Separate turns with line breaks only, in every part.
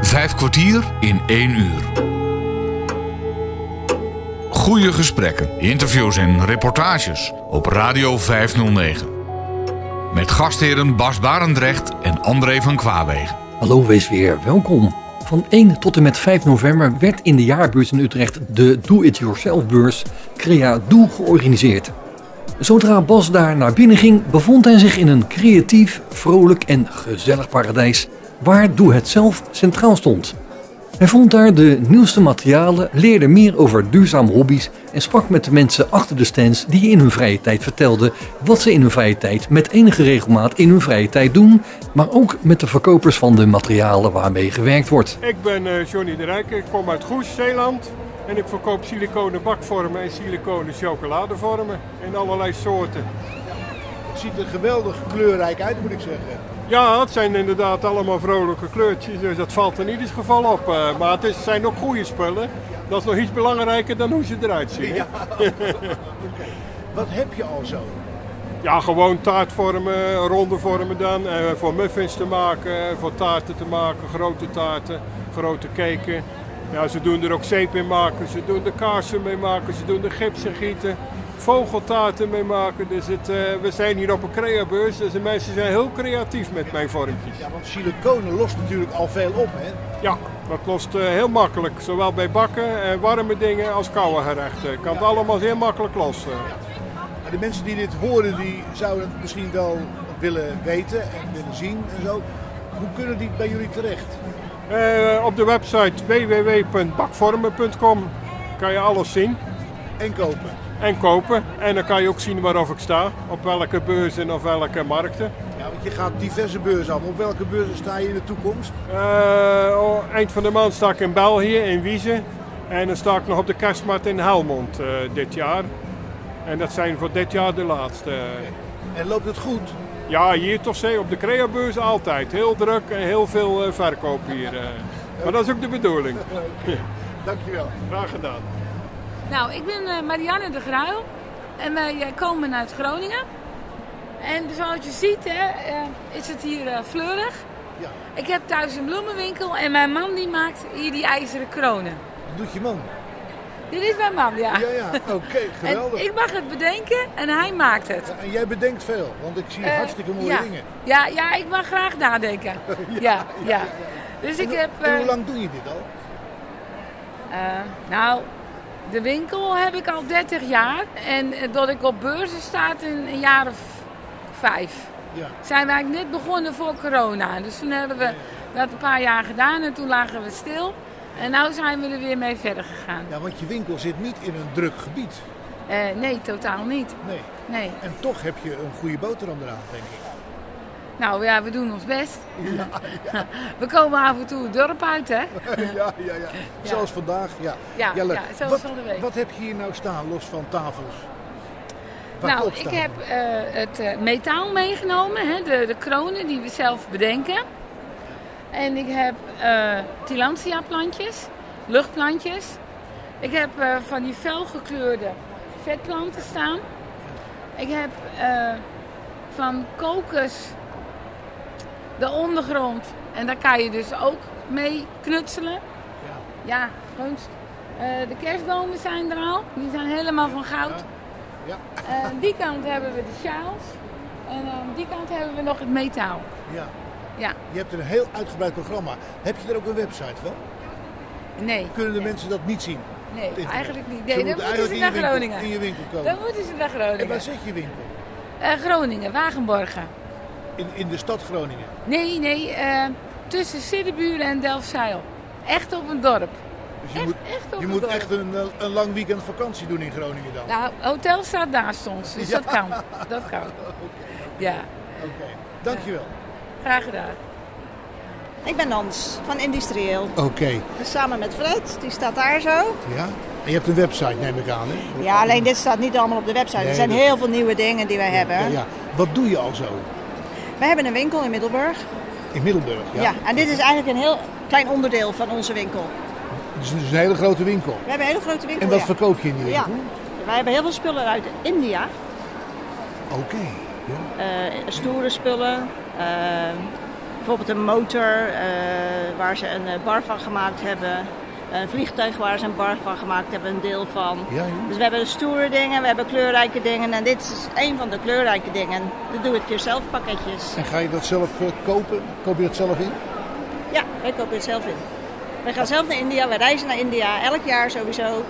Vijf kwartier in één uur. Goede gesprekken, interviews en reportages op Radio 509. Met gastheren Bas Barendrecht en André van Kwaabegen.
Hallo, wees weer welkom. Van 1 tot en met 5 november werd in de jaarbuurt in Utrecht de Do-It-Yourself-beurs Crea Doe georganiseerd. Zodra Bas daar naar binnen ging, bevond hij zich in een creatief, vrolijk en gezellig paradijs waar Doe Het Zelf centraal stond. Hij vond daar de nieuwste materialen, leerde meer over duurzame hobby's en sprak met de mensen achter de stands die in hun vrije tijd vertelden wat ze in hun vrije tijd met enige regelmaat in hun vrije tijd doen, maar ook met de verkopers van de materialen waarmee gewerkt wordt.
Ik ben eh, Johnny de Rijk, ik kom uit Goes, Zeeland. En ik verkoop siliconen bakvormen en siliconen chocoladevormen in allerlei soorten.
Het ziet er geweldig kleurrijk uit, moet ik zeggen.
Ja, het zijn inderdaad allemaal vrolijke kleurtjes, dus dat valt in ieder geval op. eh, maar het is, zijn ook goede spullen. Dat is nog iets belangrijker dan hoe ze eruit zien. hè?
Wat heb je al zo?
Ja, gewoon taartvormen, ronde vormen dan. eh, voor muffins te maken, eh, voor taarten te maken, grote taarten, grote cakeen. Ja, ze doen er ook zeep in maken, ze doen er kaarsen mee maken, ze doen er gipsen gieten, vogeltaarten mee maken. Dus het, eh, we zijn hier op een creabeurs, dus de mensen zijn heel creatief met mijn vormpjes.
Ja, want siliconen lost natuurlijk al veel op, hè?
Ja, dat lost eh, heel makkelijk, zowel bij bakken en warme dingen als koude gerechten. Kan het allemaal heel makkelijk lossen.
Maar de mensen die dit horen, die zouden het misschien wel willen weten en willen zien en zo. Hoe kunnen die bij jullie terecht?
Eh, op de website www.bakvormen.com kan je alles zien
En kopen.
en kopen. En dan kan je ook zien waarof ik sta, op welke beurs en op welke markten.
Ja, want je gaat diverse beurzen af. Op welke beurzen sta je in de toekomst?
Eh, oh, eind van de maand sta ik in België, in Wiezen. En dan sta ik nog op de kerstmarkt in Helmond eh, dit jaar. En dat zijn voor dit jaar de laatste.
En loopt het goed?
Ja, hier toch zee, op de Creabeurs altijd. Heel druk en heel veel eh, verkoop hier. eh. Maar dat is ook de bedoeling.
Dankjewel.
Graag gedaan.
Nou, ik ben eh, Marianne de Gruil en wij eh, komen uit Groningen. En zoals je ziet hè, eh, is het hier eh, fleurig.
Ja.
Ik heb thuis een bloemenwinkel en mijn man die maakt hier die ijzeren kronen.
Dat doet je man.
Dit is mijn man, ja.
Ja, ja. Oké,
en
geweldig.
ik mag het bedenken en hij maakt het.
En jij bedenkt veel, want ik zie
Eh,
hartstikke mooie
ja.
dingen.
Ja, ja, ik mag graag nadenken. ja, ja, Dus ik
En,
heb...
en
eh,
hoe lang doe je dit al?
Eh, nou, de winkel heb ik al 30 jaar. En eh, dat ik op beurzen sta in een jaar of vijf.
Ja.
Zijn we eigenlijk net begonnen voor corona. Dus toen hebben we dat een paar jaar gedaan en toen lagen we stil. En nu zijn we er weer mee verder gegaan.
Ja, want je winkel zit niet in een druk gebied.
Eh, nee, totaal niet.
Nee.
Nee.
En toch heb je een goede boterham eraan, denk ik.
Nou ja, we doen ons best. we komen af en toe het dorp uit, hè?
ja, ja, ja. Zoals vandaag, ja.
Ja,
leuk.
ja, zoals
wat,
van de week.
Wat heb je hier nou staan, los van tafels? Waar
Nou,
op
ik
staan?
heb eh, het eh, metaal meegenomen, hè, de, de kronen die we zelf bedenken. En ik heb eh tilantia plantjes, luchtplantjes. Ik heb eh, van die felgekleurde vetplanten staan. Ik heb eh, van kokos de ondergrond. En daar kan je dus ook mee knutselen.
Ja.
Ja, gewoon. eh, de kerstbomen zijn er al. Die zijn helemaal van goud.
Ja.
Eh, aan die kant hebben we de sjaals. En aan die kant hebben we nog het metaal.
ja.
Ja,
Je hebt een heel uitgebreid programma. Heb je er ook een website van?
nee.
Kunnen de mensen dat niet zien? op
Nee,
internet?
eigenlijk niet.
Ze
Nee, dan
moeten
moeten ze
eigenlijk
naar
in je winkel-
Groningen.
in je winkel komen.
Dan moeten ze naar
En waar
Groningen.
zit je winkel?
Eh, Groningen, Wagenborgen.
In, in de stad Groningen.
Nee, nee, eh, tussen Siddeburen en Delfzijl. Echt op een dorp.
Dus je
Echt,
moet,
echt op
je
een
moet
dorp.
echt een, eh, een lang weekend vakantie doen in Groningen dan.
Nou, hotel staat naast ons, dus dat kan. Dat kan. Ja,
Oké, dankjewel.
graag gedaan.
Ik ben Nans van Industrieel.
Oké,
Samen met Fred, die staat daar zo.
ja. En je hebt een website, neem ik aan, hè?
Ja, alleen dit staat niet allemaal op de website.
Nee,
er zijn
dat-
heel veel nieuwe dingen die wij hebben.
Ja, ja. Wat doe je al zo
Wij hebben een winkel in Middelburg.
in Middelburg?
Ja. en dit is eigenlijk een heel klein onderdeel van onze winkel.
Dus het is een hele grote winkel.
We hebben een hele grote winkel.
En wat
ja.
verkoop je in die
Ja.
winkel?
Wij hebben heel veel spullen uit India.
Oké. Ja.
Eh, stoere spullen, eh, Bijvoorbeeld een motor eh, waar ze een eh, bar van gemaakt hebben. Een vliegtuig waar ze een bar van gemaakt hebben, een deel van.
Ja, joh.
Dus we hebben stoere dingen, we hebben kleurrijke dingen. En dit is een van de kleurrijke dingen. De doe-het-yourself pakketjes.
En ga je dat zelf eh, kopen? Koop je dat zelf in?
Ja, wij kopen het zelf in. Wij gaan zelf naar India, wij reizen naar India, elk jaar sowieso.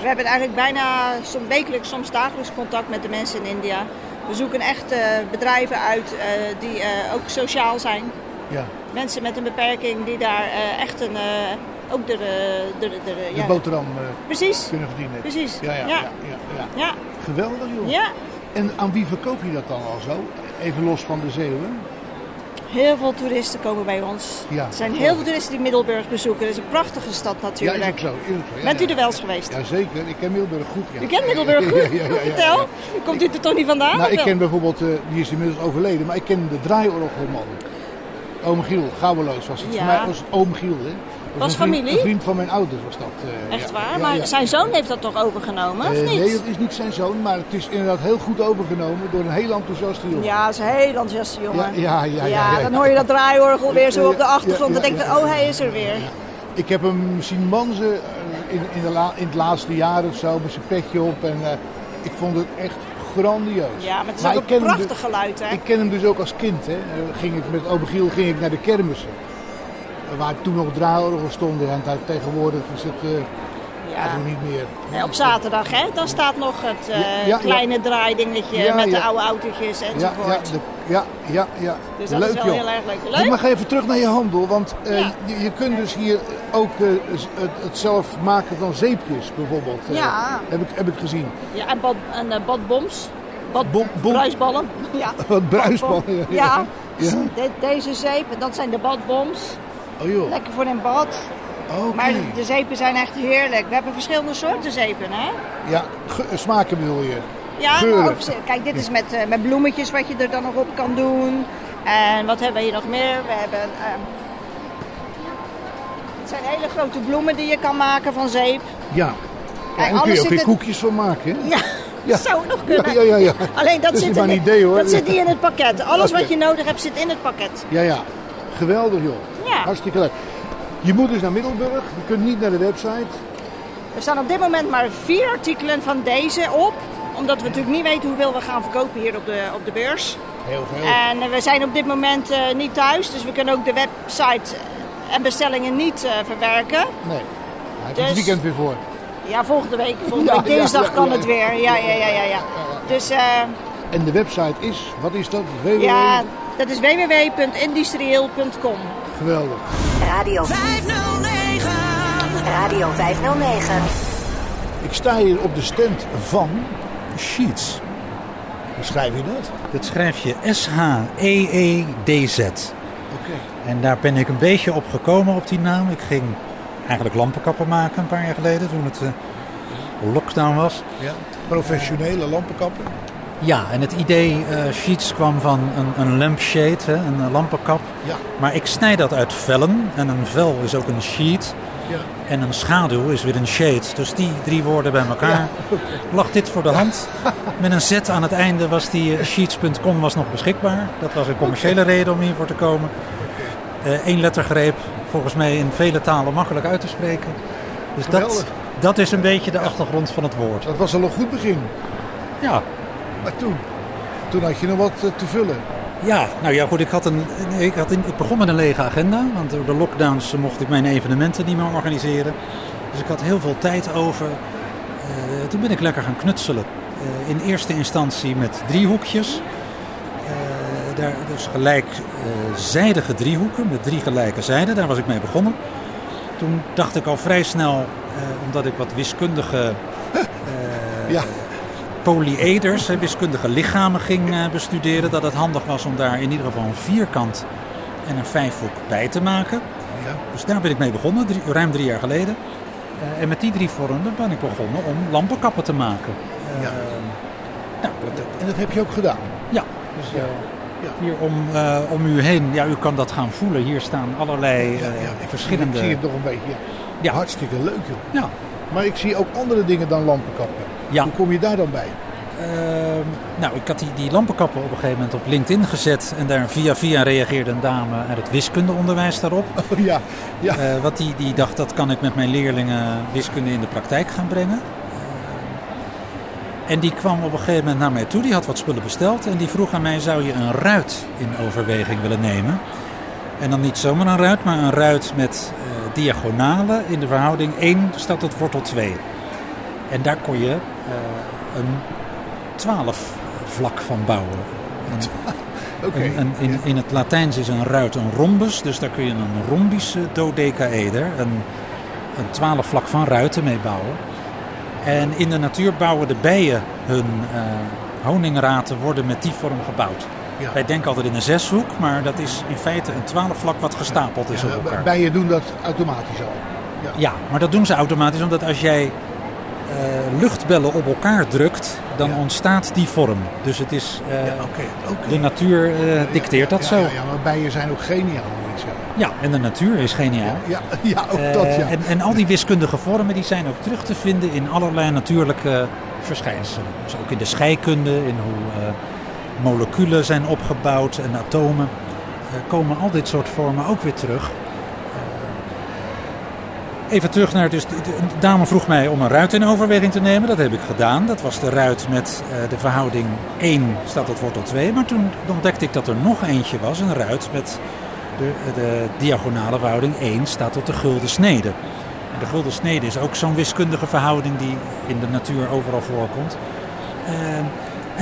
We hebben eigenlijk bijna soms wekelijks, soms dagelijks contact met de mensen in India. We zoeken echt eh, bedrijven uit eh, die eh, ook sociaal zijn.
Ja.
Mensen met een beperking die daar eh, echt een, eh, ook de, de, de, de-
De
ja.
boterham eh,
Precies,
kunnen verdienen.
precies.
Ja, ja, ja. ja, ja.
ja.
Geweldig joh.
ja.
En aan wie verkoop je dat dan al zo? Even los van de Zeeuwen.
Heel veel toeristen komen bij ons.
Ja.
er zijn heel veel toeristen die Middelburg bezoeken. Dat is een prachtige stad
Ja,
natuurlijk.
is ook zo. Is ook zo. Ja,
Bent u
ja.
er wel eens geweest?
Jazeker, ik ken Middelburg goed. Ja.
U kent Middelburg goed? Vertel, komt u er toch niet vandaan?
Nou,
of
ik
wel?
ken bijvoorbeeld, eh, die is inmiddels overleden, maar ik ken de draaiorgelman. Oom Giel, Gouweloos was het.
Ja.
Voor mij was het oom Giel. Hè. Dat
Was
een vriend-
familie?
Een vriend van mijn ouders was dat. eh,
Echt
ja.
waar?
Ja,
maar
ja.
zijn zoon heeft dat toch overgenomen,
Eh,
of niet?
Nee, dat is niet zijn zoon, maar het is inderdaad heel goed overgenomen door een heel enthousiaste jongen.
Ja, dat is een heel enthousiaste jongen.
Ja, ja, ja, ja, ja, ja.
dan hoor je dat draaiorgel weer zo op de achtergrond.
Ja, ja,
Dan denk je,
ja, ja,
oh, hij is er weer.
Ik heb hem zien manzen eh, in, in, de la- in het laatste jaar of zo met zijn petje op. En eh, ik vond het echt grandioos.
Ja, maar het is
Maar ik
ook een
ken hem
prachtig
dus-
geluid, hè?
Ik ken hem dus ook als kind. Hè. Eh, Ging ik met Oom Giel ging ik naar de kermissen. Eh, Waar toen nog draaiorgel stonden. En daar tegenwoordig is het eh,
ja.
eigenlijk niet meer.
Eh, Op zaterdag, hè? Dan staat nog het eh,
Ja, ja, ja.
kleine draaidingetje
Ja,
met de
ja.
oude autootjes
Ja, ja,
enzovoort.
de- ja, ja, ja.
dus dat
leuk
is wel
joh.
heel erg leuk.
Hey,
Leuk?
Maar ga even terug naar je handel, want eh,
Ja.
je, je kunt dus hier ook eh, z- het, het zelf maken van zeepjes bijvoorbeeld. eh,
Ja.
heb, ik, heb ik gezien.
Ja, en, bad, en eh, badboms. Bad,
Bom- bom-
Bruisballen. Ja.
Wat bruisballen.
Badbom. Ja. Dus
Ja.
De- deze zeep, en dat zijn de badboms.
Oh joh,
Lekker voor in bad.
oké.
Maar de, de zeepen zijn echt heerlijk. We hebben verschillende soorten zeepen, hè?
Ja, ge- eh, smaken bedoel je.
Ja,
Geuren.
maar ook, ze- kijk, dit is met, eh, met bloemetjes wat je er dan nog op kan doen. En wat hebben we hier nog meer? We hebben... ehm, het zijn hele grote bloemen die je kan maken van zeep.
Ja. en
Kijk,
daar kun
alles
je ook
zit
weer
het-
koekjes van maken, hè?
Ja,
Ja.
dat zou nog kunnen.
Ja, ja, ja. ja.
Alleen dat,
Dat is
zit,
maar
in-
een idee, hoor.
dat zit niet in het pakket. Alles
Oké.
wat je nodig hebt zit in het pakket.
Ja, ja. Geweldig, joh.
Ja.
Hartstikke leuk. Je moet dus naar Middelburg. Je kunt niet naar de website.
Er staan op dit moment maar vier artikelen van deze op. Omdat we natuurlijk niet weten hoeveel we gaan verkopen hier op de, op de beurs.
Heel veel.
En eh, we zijn op dit moment eh, niet thuis, dus we kunnen ook de website en bestellingen niet eh, verwerken.
Nee. Daar heb je het
Dus-
weekend weer voor.
Ja, volgende week, volgende
Ja,
week dinsdag
ja, ja,
kan
ja,
het
ja.
weer. Ja, ja, ja, ja. ja. Dus eh,
En de website is, wat is dat? Www.
ja, dat is www.industrieel.com.
Geweldig.
Radio 509. Radio 509.
Ik sta hier op de stand van,
Sheets.
hoe schrijf je dat?
Dat schrijf je E S-H-E-E-D-Z.
Oké.
En daar ben ik een beetje op gekomen op die naam. Ik ging eigenlijk lampenkappen maken een paar jaar geleden toen het eh, lockdown was.
Ja. Professionele lampenkapper.
Ja, en het idee eh, Sheets kwam van een, een lampshade, hè, een eh, lampenkap.
Ja.
Maar ik snij dat uit vellen en een vel is ook een sheet.
Ja.
En een schaduw is weer een shade. Dus die drie woorden bij elkaar lag dit voor de hand. Met een Z aan het einde was die eh, sheets.com was nog beschikbaar. Dat was een commerciële reden om hiervoor te komen. Eh, Eén lettergreep, volgens mij in vele talen makkelijk uit te spreken. Dus dat,
Geweldig.
dat is een beetje de achtergrond van het woord.
Dat was al een goed begin.
Ja,
Maar toen, toen had je nog wat eh, te vullen.
Ja, nou ja, goed. Ik, had een, ik, had een, ik begon met een lege agenda. Want door de lockdowns eh, mocht ik mijn evenementen niet meer organiseren. Dus ik had heel veel tijd over. Eh, toen ben ik lekker gaan knutselen. Eh, in eerste instantie met driehoekjes. Eh, daar, dus gelijkzijdige driehoeken met drie gelijke zijden. Daar was ik mee begonnen. Toen dacht ik al vrij snel, eh, omdat ik wat wiskundige eh,
Ja.
polyeders, hè, wiskundige lichamen ging eh, bestuderen, dat het handig was om daar in ieder geval een vierkant en een vijfhoek bij te maken. Dus daar ben ik mee begonnen, drie- ruim drie jaar geleden. Eh, en met die drie vormen ben ik begonnen om lampenkappen te maken. Eh,
Ja.
nou, dat-
En dat heb je ook gedaan.
ja, dus eh, hier om, eh, om u heen, ja, u kan dat gaan voelen. Hier staan allerlei eh,
ik,
verschillende...
Ik zie het nog een beetje. Ja.
Ja.
Hartstikke leuk joh.
Ja.
Maar ik zie ook andere dingen dan lampenkappen.
Ja.
Hoe kom je daar dan bij?
Ehm, nou, ik had die, die lampenkappen op een gegeven moment op LinkedIn gezet. En daar via via reageerde een dame uit het wiskundeonderwijs daarop.
Oh ja, ja.
Eh, wat die, die dacht, dat kan ik met mijn leerlingen wiskunde in de praktijk gaan brengen. En die kwam op een gegeven moment naar mij toe. Die had wat spullen besteld. En die vroeg aan mij, zou je een ruit in overweging willen nemen? En dan niet zomaar een ruit, maar een ruit met eh, diagonalen in de verhouding 1 staat tot wortel 2. En daar kon je eh, een 12 vlak van bouwen. Een
Oké.
een- een- in, in het Latijns is een ruit een rhombus, dus daar kun je een rhombische dodecaeder, een, een twaalfvlak van ruiten mee bouwen. En in de natuur bouwen de bijen hun eh, honingraten worden met die vorm gebouwd.
Ja.
Wij denken altijd in een zeshoek, maar dat is in feite een twaalfvlak wat gestapeld is op
Eh,
elkaar.
Bijen doen dat automatisch al.
Ja, maar dat doen ze automatisch omdat als jij eh, luchtbellen op elkaar drukt, dan
Ja.
ontstaat die vorm. Dus het is, eh,
Oké, oké.
de natuur eh, dicteert dat
ja,
zo.
Ja, ja, maar bijen zijn ook geniaal, moet ik zeggen.
Ja, en de natuur is geniaal.
Ja, ja ook
Eh,
dat ja.
en, en al die wiskundige vormen die zijn ook terug te vinden in allerlei natuurlijke verschijnselen. Dus ook in de scheikunde, in hoe eh, moleculen zijn opgebouwd en atomen. eh, komen al dit soort vormen ook weer terug. Eh, even terug naar... Dus, de, de- de dame vroeg mij om een ruit in overweging te nemen. Dat heb ik gedaan. Dat was de ruit met eh, de verhouding 1 staat tot wortel 2. Maar toen ontdekte ik dat er nog eentje was. Een ruit met de, de diagonale verhouding 1 staat tot de gulden snede. En de gulden snede is ook zo'n wiskundige verhouding die in de natuur overal voorkomt. Eh, en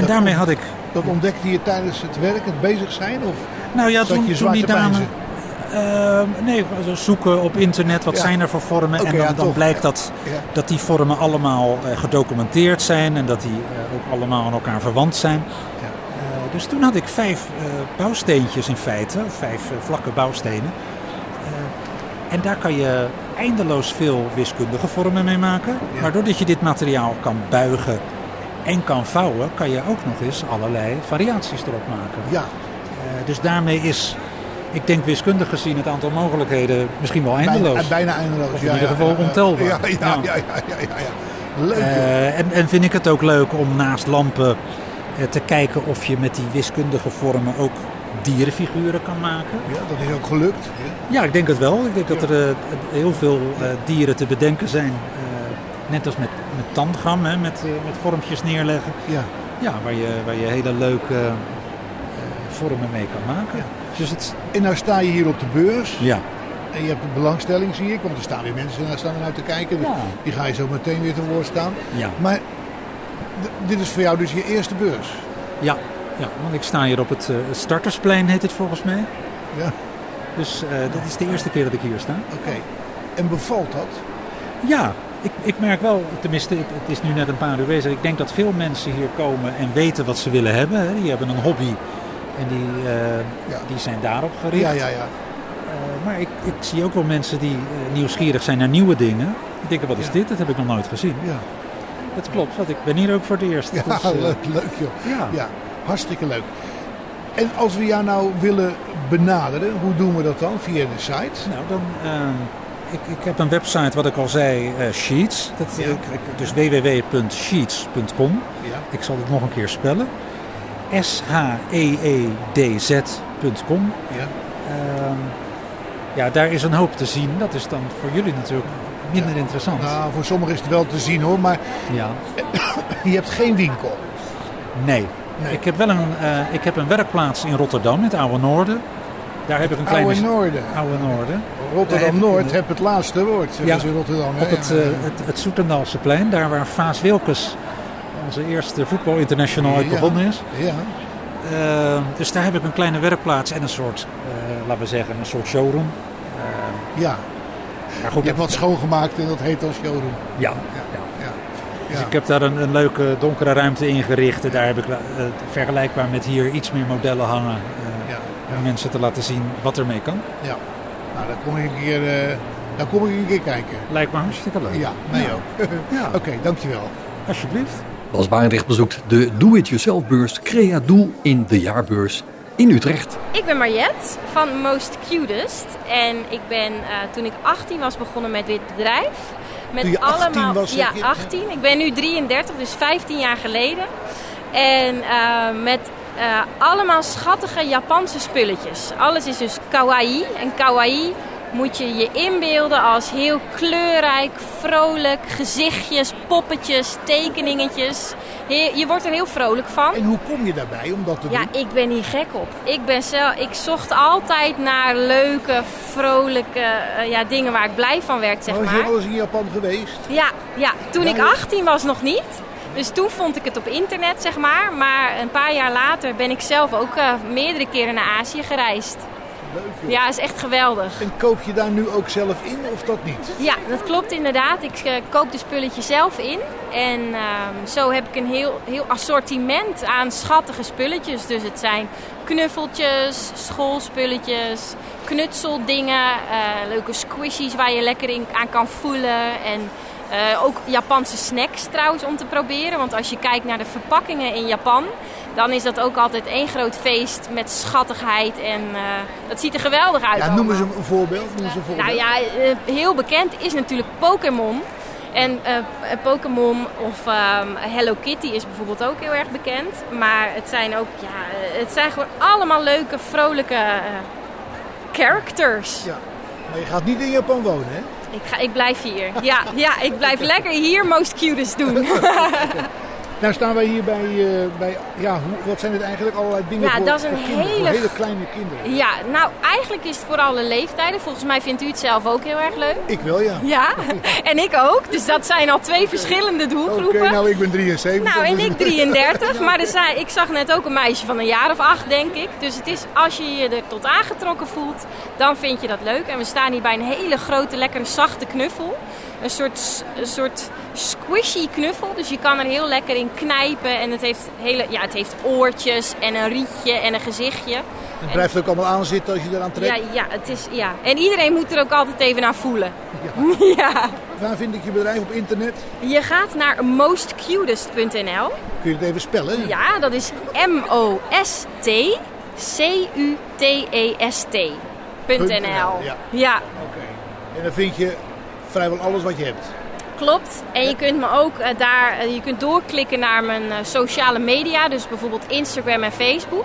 Dat
daarmee
komt-
had ik.
Dat ontdekte je tijdens het werk, het bezig zijn? Of
Nou ja,
zat
toen,
je
toen
zwarte
die dame.
peinzen?
eh, nee, zo zoeken op internet wat
Ja.
zijn er voor vormen.
Oké,
en dan,
ja,
dan
toch.
blijkt dat,
Ja.
dat die vormen allemaal eh, gedocumenteerd zijn en dat die eh, ook allemaal aan elkaar verwant zijn.
Ja.
Eh, dus toen had ik vijf eh, bouwsteentjes in feite, of vijf eh, vlakke bouwstenen. Eh, en daar kan je eindeloos veel wiskundige vormen mee maken.
Ja.
Maar doordat je dit materiaal kan buigen en kan vouwen, kan je ook nog eens allerlei variaties erop maken.
Ja,
Eh, dus daarmee is, ik denk wiskundig gezien, het aantal mogelijkheden misschien wel eindeloos.
bijna, bijna eindeloos.
Of in
ja,
ieder
ja,
geval
ja, ja.
ontelbaar.
Ja, ja,
Ja.
ja, ja, ja, ja, ja. Leuk. joh.
Eh, en, en vind ik het ook leuk om naast lampen eh, te kijken of je met die wiskundige vormen ook dierenfiguren kan maken.
ja, dat is ook gelukt.
Ja, ik denk het wel. Ik denk dat er eh, heel veel eh, dieren te bedenken zijn. Eh, net als met, met tangram, hè, met, eh, met vormpjes neerleggen.
Ja.
Ja, waar je, waar je hele leuke eh, vormen mee kan maken.
Ja.
Dus het,
En nou sta je hier op de beurs.
ja.
En je hebt een belangstelling, zie ik. Want er staan weer mensen naar, staan er naar te kijken.
Ja.
Die ga je zo meteen weer te woord staan.
Ja.
Maar d- dit is voor jou dus je eerste beurs.
Ja, ja, want ik sta hier op het eh, startersplein, heet het volgens mij.
Ja.
Dus eh dat is de eerste keer dat ik hier sta.
Oké. En bevalt dat?
Ja, ik, ik merk wel, tenminste, het, het is nu net een paar uur bezig. Ik denk dat veel mensen hier komen en weten wat ze willen hebben. Hè. Die hebben een hobby en die, eh,
Ja.
die zijn daarop gericht.
Ja, ja, ja.
Eh, maar ik, ik zie ook wel mensen die eh, nieuwsgierig zijn naar nieuwe dingen. Die denken, wat is
Ja.
dit? Dat heb ik nog nooit gezien.
Ja,
Dat klopt, want ik ben hier ook voor het eerst.
ja
Dus, eh,
leuk, leuk joh.
ja.
Ja, hartstikke leuk. En als we jou nou willen benaderen, hoe doen we dat dan? Via de site?
Nou, dan, eh, ik, ik heb een website, wat ik al zei, eh, Sheets. Dat,
Ja.
ik, ik- dus www.sheets.com.
Ja.
Ik zal het nog een keer spellen. E S-H-E-E-D-Z.com.
Ja.
eh, Ehm, ja, daar is een hoop te zien. Dat is dan voor jullie natuurlijk minder
Ja.
interessant.
Nou, voor sommigen is het wel te zien hoor, maar
Ja.
je hebt geen winkel.
Nee.
Nee.
Ik, heb wel een, eh, ik heb een werkplaats in Rotterdam, in het Oude Noorden. Daar heb ik een kleine...
Oude Noorden.
Oude Noorden.
Rotterdam-Noord heb het laatste woord, zeggen
Ja.
ze in Rotterdam. hè?
Op het,
Ja, ja,
eh het, het Soetendalse plein, daar waar Vaas Wilkes, onze eerste voetbalinternational uit
Ja.
begonnen is.
ja. Ja.
Eh, dus daar heb ik een kleine werkplaats en een soort, eh, laten we zeggen, een soort showroom. Eh,
ja.
maar goed,
Je hebt wat schoongemaakt en dat heet dan showroom.
ja.
Ja.
Dus ik heb daar een, een leuke donkere ruimte ingericht. En Daar heb ik eh, vergelijkbaar met hier iets meer modellen hangen. eh,
Ja.
Om mensen te laten zien wat ermee kan.
ja. Nou, dan kom ik een keer, eh, dan kom ik een keer kijken.
Lijkt me hartstikke leuk.
Ja, mij ook.
Ja.
Oké, dankjewel.
Alsjeblieft.
Bas Barendrecht bezoekt de Do-it-yourself beurs Crea Doe in de jaarbeurs in Utrecht.
Ik ben Mariette van Most Cutest. En ik ben eh, toen ik 18 was begonnen met dit bedrijf. Met
Toen je 18 was, zeg
Ja,
je?
18. Ik ben nu 33, dus 15 jaar geleden. En eh, met eh, allemaal schattige Japanse spulletjes. Alles is dus kawaii. En kawaii moet je je inbeelden als heel kleurrijk, vrolijk. Gezichtjes, poppetjes, tekeningetjes. He- je wordt er heel vrolijk van.
En hoe kom je daarbij om dat te doen?
Ja, ik ben hier gek op. Ik, ben zelf, ik zocht altijd naar leuke, vrolijke eh, ja, dingen waar ik blij van werd, zeg
was
maar.
je wel eens in Japan geweest?
Ja, ja, toen
Ja,
ik
ja.
18 was nog niet. Dus toen vond ik het op internet, zeg maar. Maar een paar jaar later ben ik zelf ook eh, meerdere keren naar Azië gereisd.
Leuk joh.
Ja, is echt geweldig.
En koop je daar nu ook zelf in of dat niet?
Ja, dat klopt inderdaad. Ik eh, koop de spulletjes zelf in. En ehm, zo heb ik een heel, heel assortiment aan schattige spulletjes. Dus het zijn knuffeltjes, schoolspulletjes, knutseldingen, eh, leuke squishies waar je lekker in, aan kan voelen. En eh, ook Japanse snacks trouwens om te proberen. Want als je kijkt naar de verpakkingen in Japan, dan is dat ook altijd één groot feest met schattigheid. En eh, dat ziet er geweldig uit.
Ja, noem
allemaal.
eens een voorbeeld. Noem eens een voorbeeld.
Nou ja, eh, heel bekend is natuurlijk Pokémon. En eh, eh, Pokémon of ehm, Hello Kitty is bijvoorbeeld ook heel erg bekend. Maar het zijn ook, ja, eh, het zijn gewoon allemaal leuke, vrolijke eh, characters.
Ja. Maar je gaat niet in Japan wonen, hè?
Ik, ga, ik blijf hier. Ja, ja, ik blijf lekker hier most cutest doen.
Nou staan wij hier bij, eh, bij ja, hoe, wat zijn het eigenlijk allerlei dingen
Ja,
voor,
dat is
voor
een
kinderen, voor
hele-
hele kleine kinderen.
ja, nou eigenlijk is het voor alle leeftijden. Volgens mij vindt u het zelf ook heel erg leuk.
Ik wel, ja.
Ja, en ik ook. Dus dat zijn al twee verschillende
Oké,
doelgroepen.
nou ik ben 73.
Nou, en
dus-
ik 33, maar er zijn, ik zag net ook een meisje van een jaar of acht, denk ik. Dus het is, als je je er tot aangetrokken voelt, dan vind je dat leuk. En we staan hier bij een hele grote, lekkere, zachte knuffel. Een soort, s- een soort squishy knuffel, dus je kan er heel lekker in knijpen. En het heeft, hele, ja, het heeft oortjes en een rietje en een gezichtje.
Het blijft ook allemaal aanzitten als je eraan
Ja,
trekt.
ja, het is, ja. En iedereen moet er ook altijd even naar voelen. ja.
Waar vind ik je bedrijf op internet?
Je gaat naar mostcutest.nl.
Kun je het even spellen?
Ja, dat is E M-O-S-T-C-U-T-E-S-T.nl.
.nl, ja.
ja,
Oké. En dan vind je vrijwel alles wat je hebt.
klopt. En je kunt me ook eh, daar, eh, je kunt doorklikken naar mijn eh, sociale media, dus bijvoorbeeld Instagram en Facebook.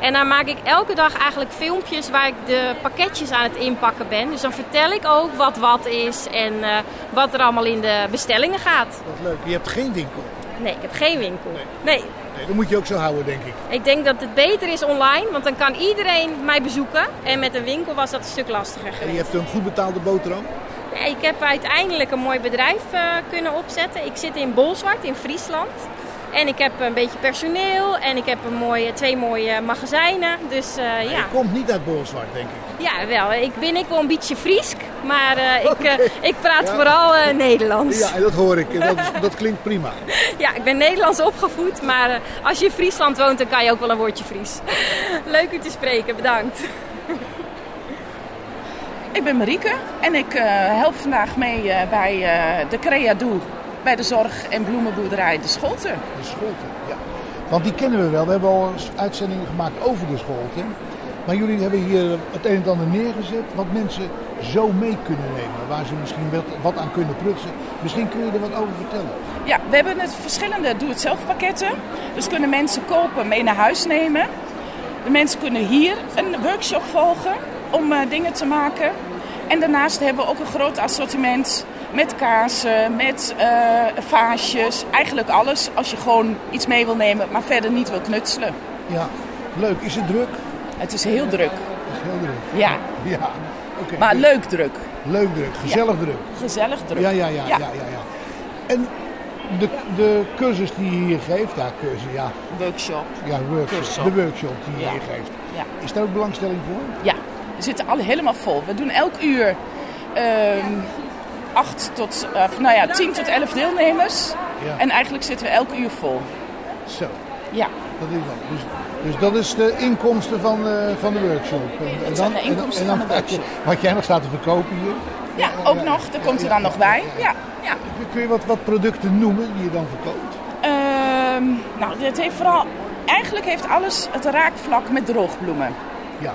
En daar maak ik elke dag eigenlijk filmpjes waar ik de pakketjes aan het inpakken ben. Dus dan vertel ik ook wat wat is en eh, wat er allemaal in de bestellingen gaat.
Wat leuk. Je hebt geen winkel.
Nee, ik heb geen winkel.
Nee.
nee.
Nee, dat moet je ook zo houden, denk ik.
Ik denk dat het beter is online, want dan kan iedereen mij bezoeken. En met een winkel was dat een stuk lastiger
En je
geweest.
hebt een goed betaalde boterham.
Ja, ik heb uiteindelijk een mooi bedrijf eh, kunnen opzetten. Ik zit in Bolsward in Friesland. En ik heb een beetje personeel en ik heb een mooie, twee mooie magazijnen. Dus eh, ja.
Je komt niet uit Bolsward, denk ik.
ja, wel. Ik ben ik wel een beetje Friesk, maar eh, ik, eh, ik praat vooral eh, Nederlands.
Ja, en dat hoor ik. En Dat, is- dat klinkt prima.
Ja, ik ben Nederlands opgevoed, maar eh, als je in Friesland woont, dan kan je ook wel een woordje Fries. Leuk u te spreken, bedankt.
Ik ben Marieke en ik eh, help vandaag mee eh, bij eh, de Crea Doe. Bij de zorg- en bloemenboerderij De Scholten.
De Scholten, ja. Want die kennen we wel. We hebben al eens uitzendingen gemaakt over de Scholten. Maar jullie hebben hier het een en het ander neergezet wat mensen zo mee kunnen nemen. Waar ze misschien wat, wat aan kunnen prutsen. Misschien kun je er wat over vertellen.
Ja, we hebben het verschillende doe-het-zelf pakketten. Dus kunnen mensen kopen, mee naar huis nemen. De mensen kunnen hier een workshop volgen om eh, dingen te maken. En daarnaast hebben we ook een groot assortiment met kaarsen, met eh vaasjes. Eigenlijk alles als je gewoon iets mee wil nemen, maar verder niet wil knutselen.
Ja, leuk. Is het druk?
Het is heel druk.
Het is heel druk.
Ja,
Ja, oké.
maar leuk druk.
Leuk druk, gezellig druk.
Gezellig druk.
Ja, ja, ja, ja, ja. ja. En de, de cursus die je hier geeft, ja, cursus, ja,
Workshop.
ja workshop,
Cursus.
de workshop die je
Ja.
hier geeft.
Ja.
Is daar ook belangstelling voor?
Ja, we zitten al helemaal vol. We doen elk uur ehm 8 tot, eh, nou ja, 10 tot 11 deelnemers.
Ja.
En eigenlijk zitten we elk uur vol.
Zo,
Ja,
dat is wel. Dus, dus dat is de inkomsten van, eh, van de workshop. En,
Dat zijn de inkomsten
en dan
van de
wat je-
workshop.
Wat jij nog staat te verkopen hier.
ja
Ja,
ook
ja,
nog.
ja,
Daar komt er
ja,
dan
ja,
nog bij.
ja, ja.
Ja, ja.
Kun je wat, wat producten noemen die je dan verkoopt?
Ehm, nou, het heeft vooral eigenlijk heeft alles het raakvlak met droogbloemen.
Ja.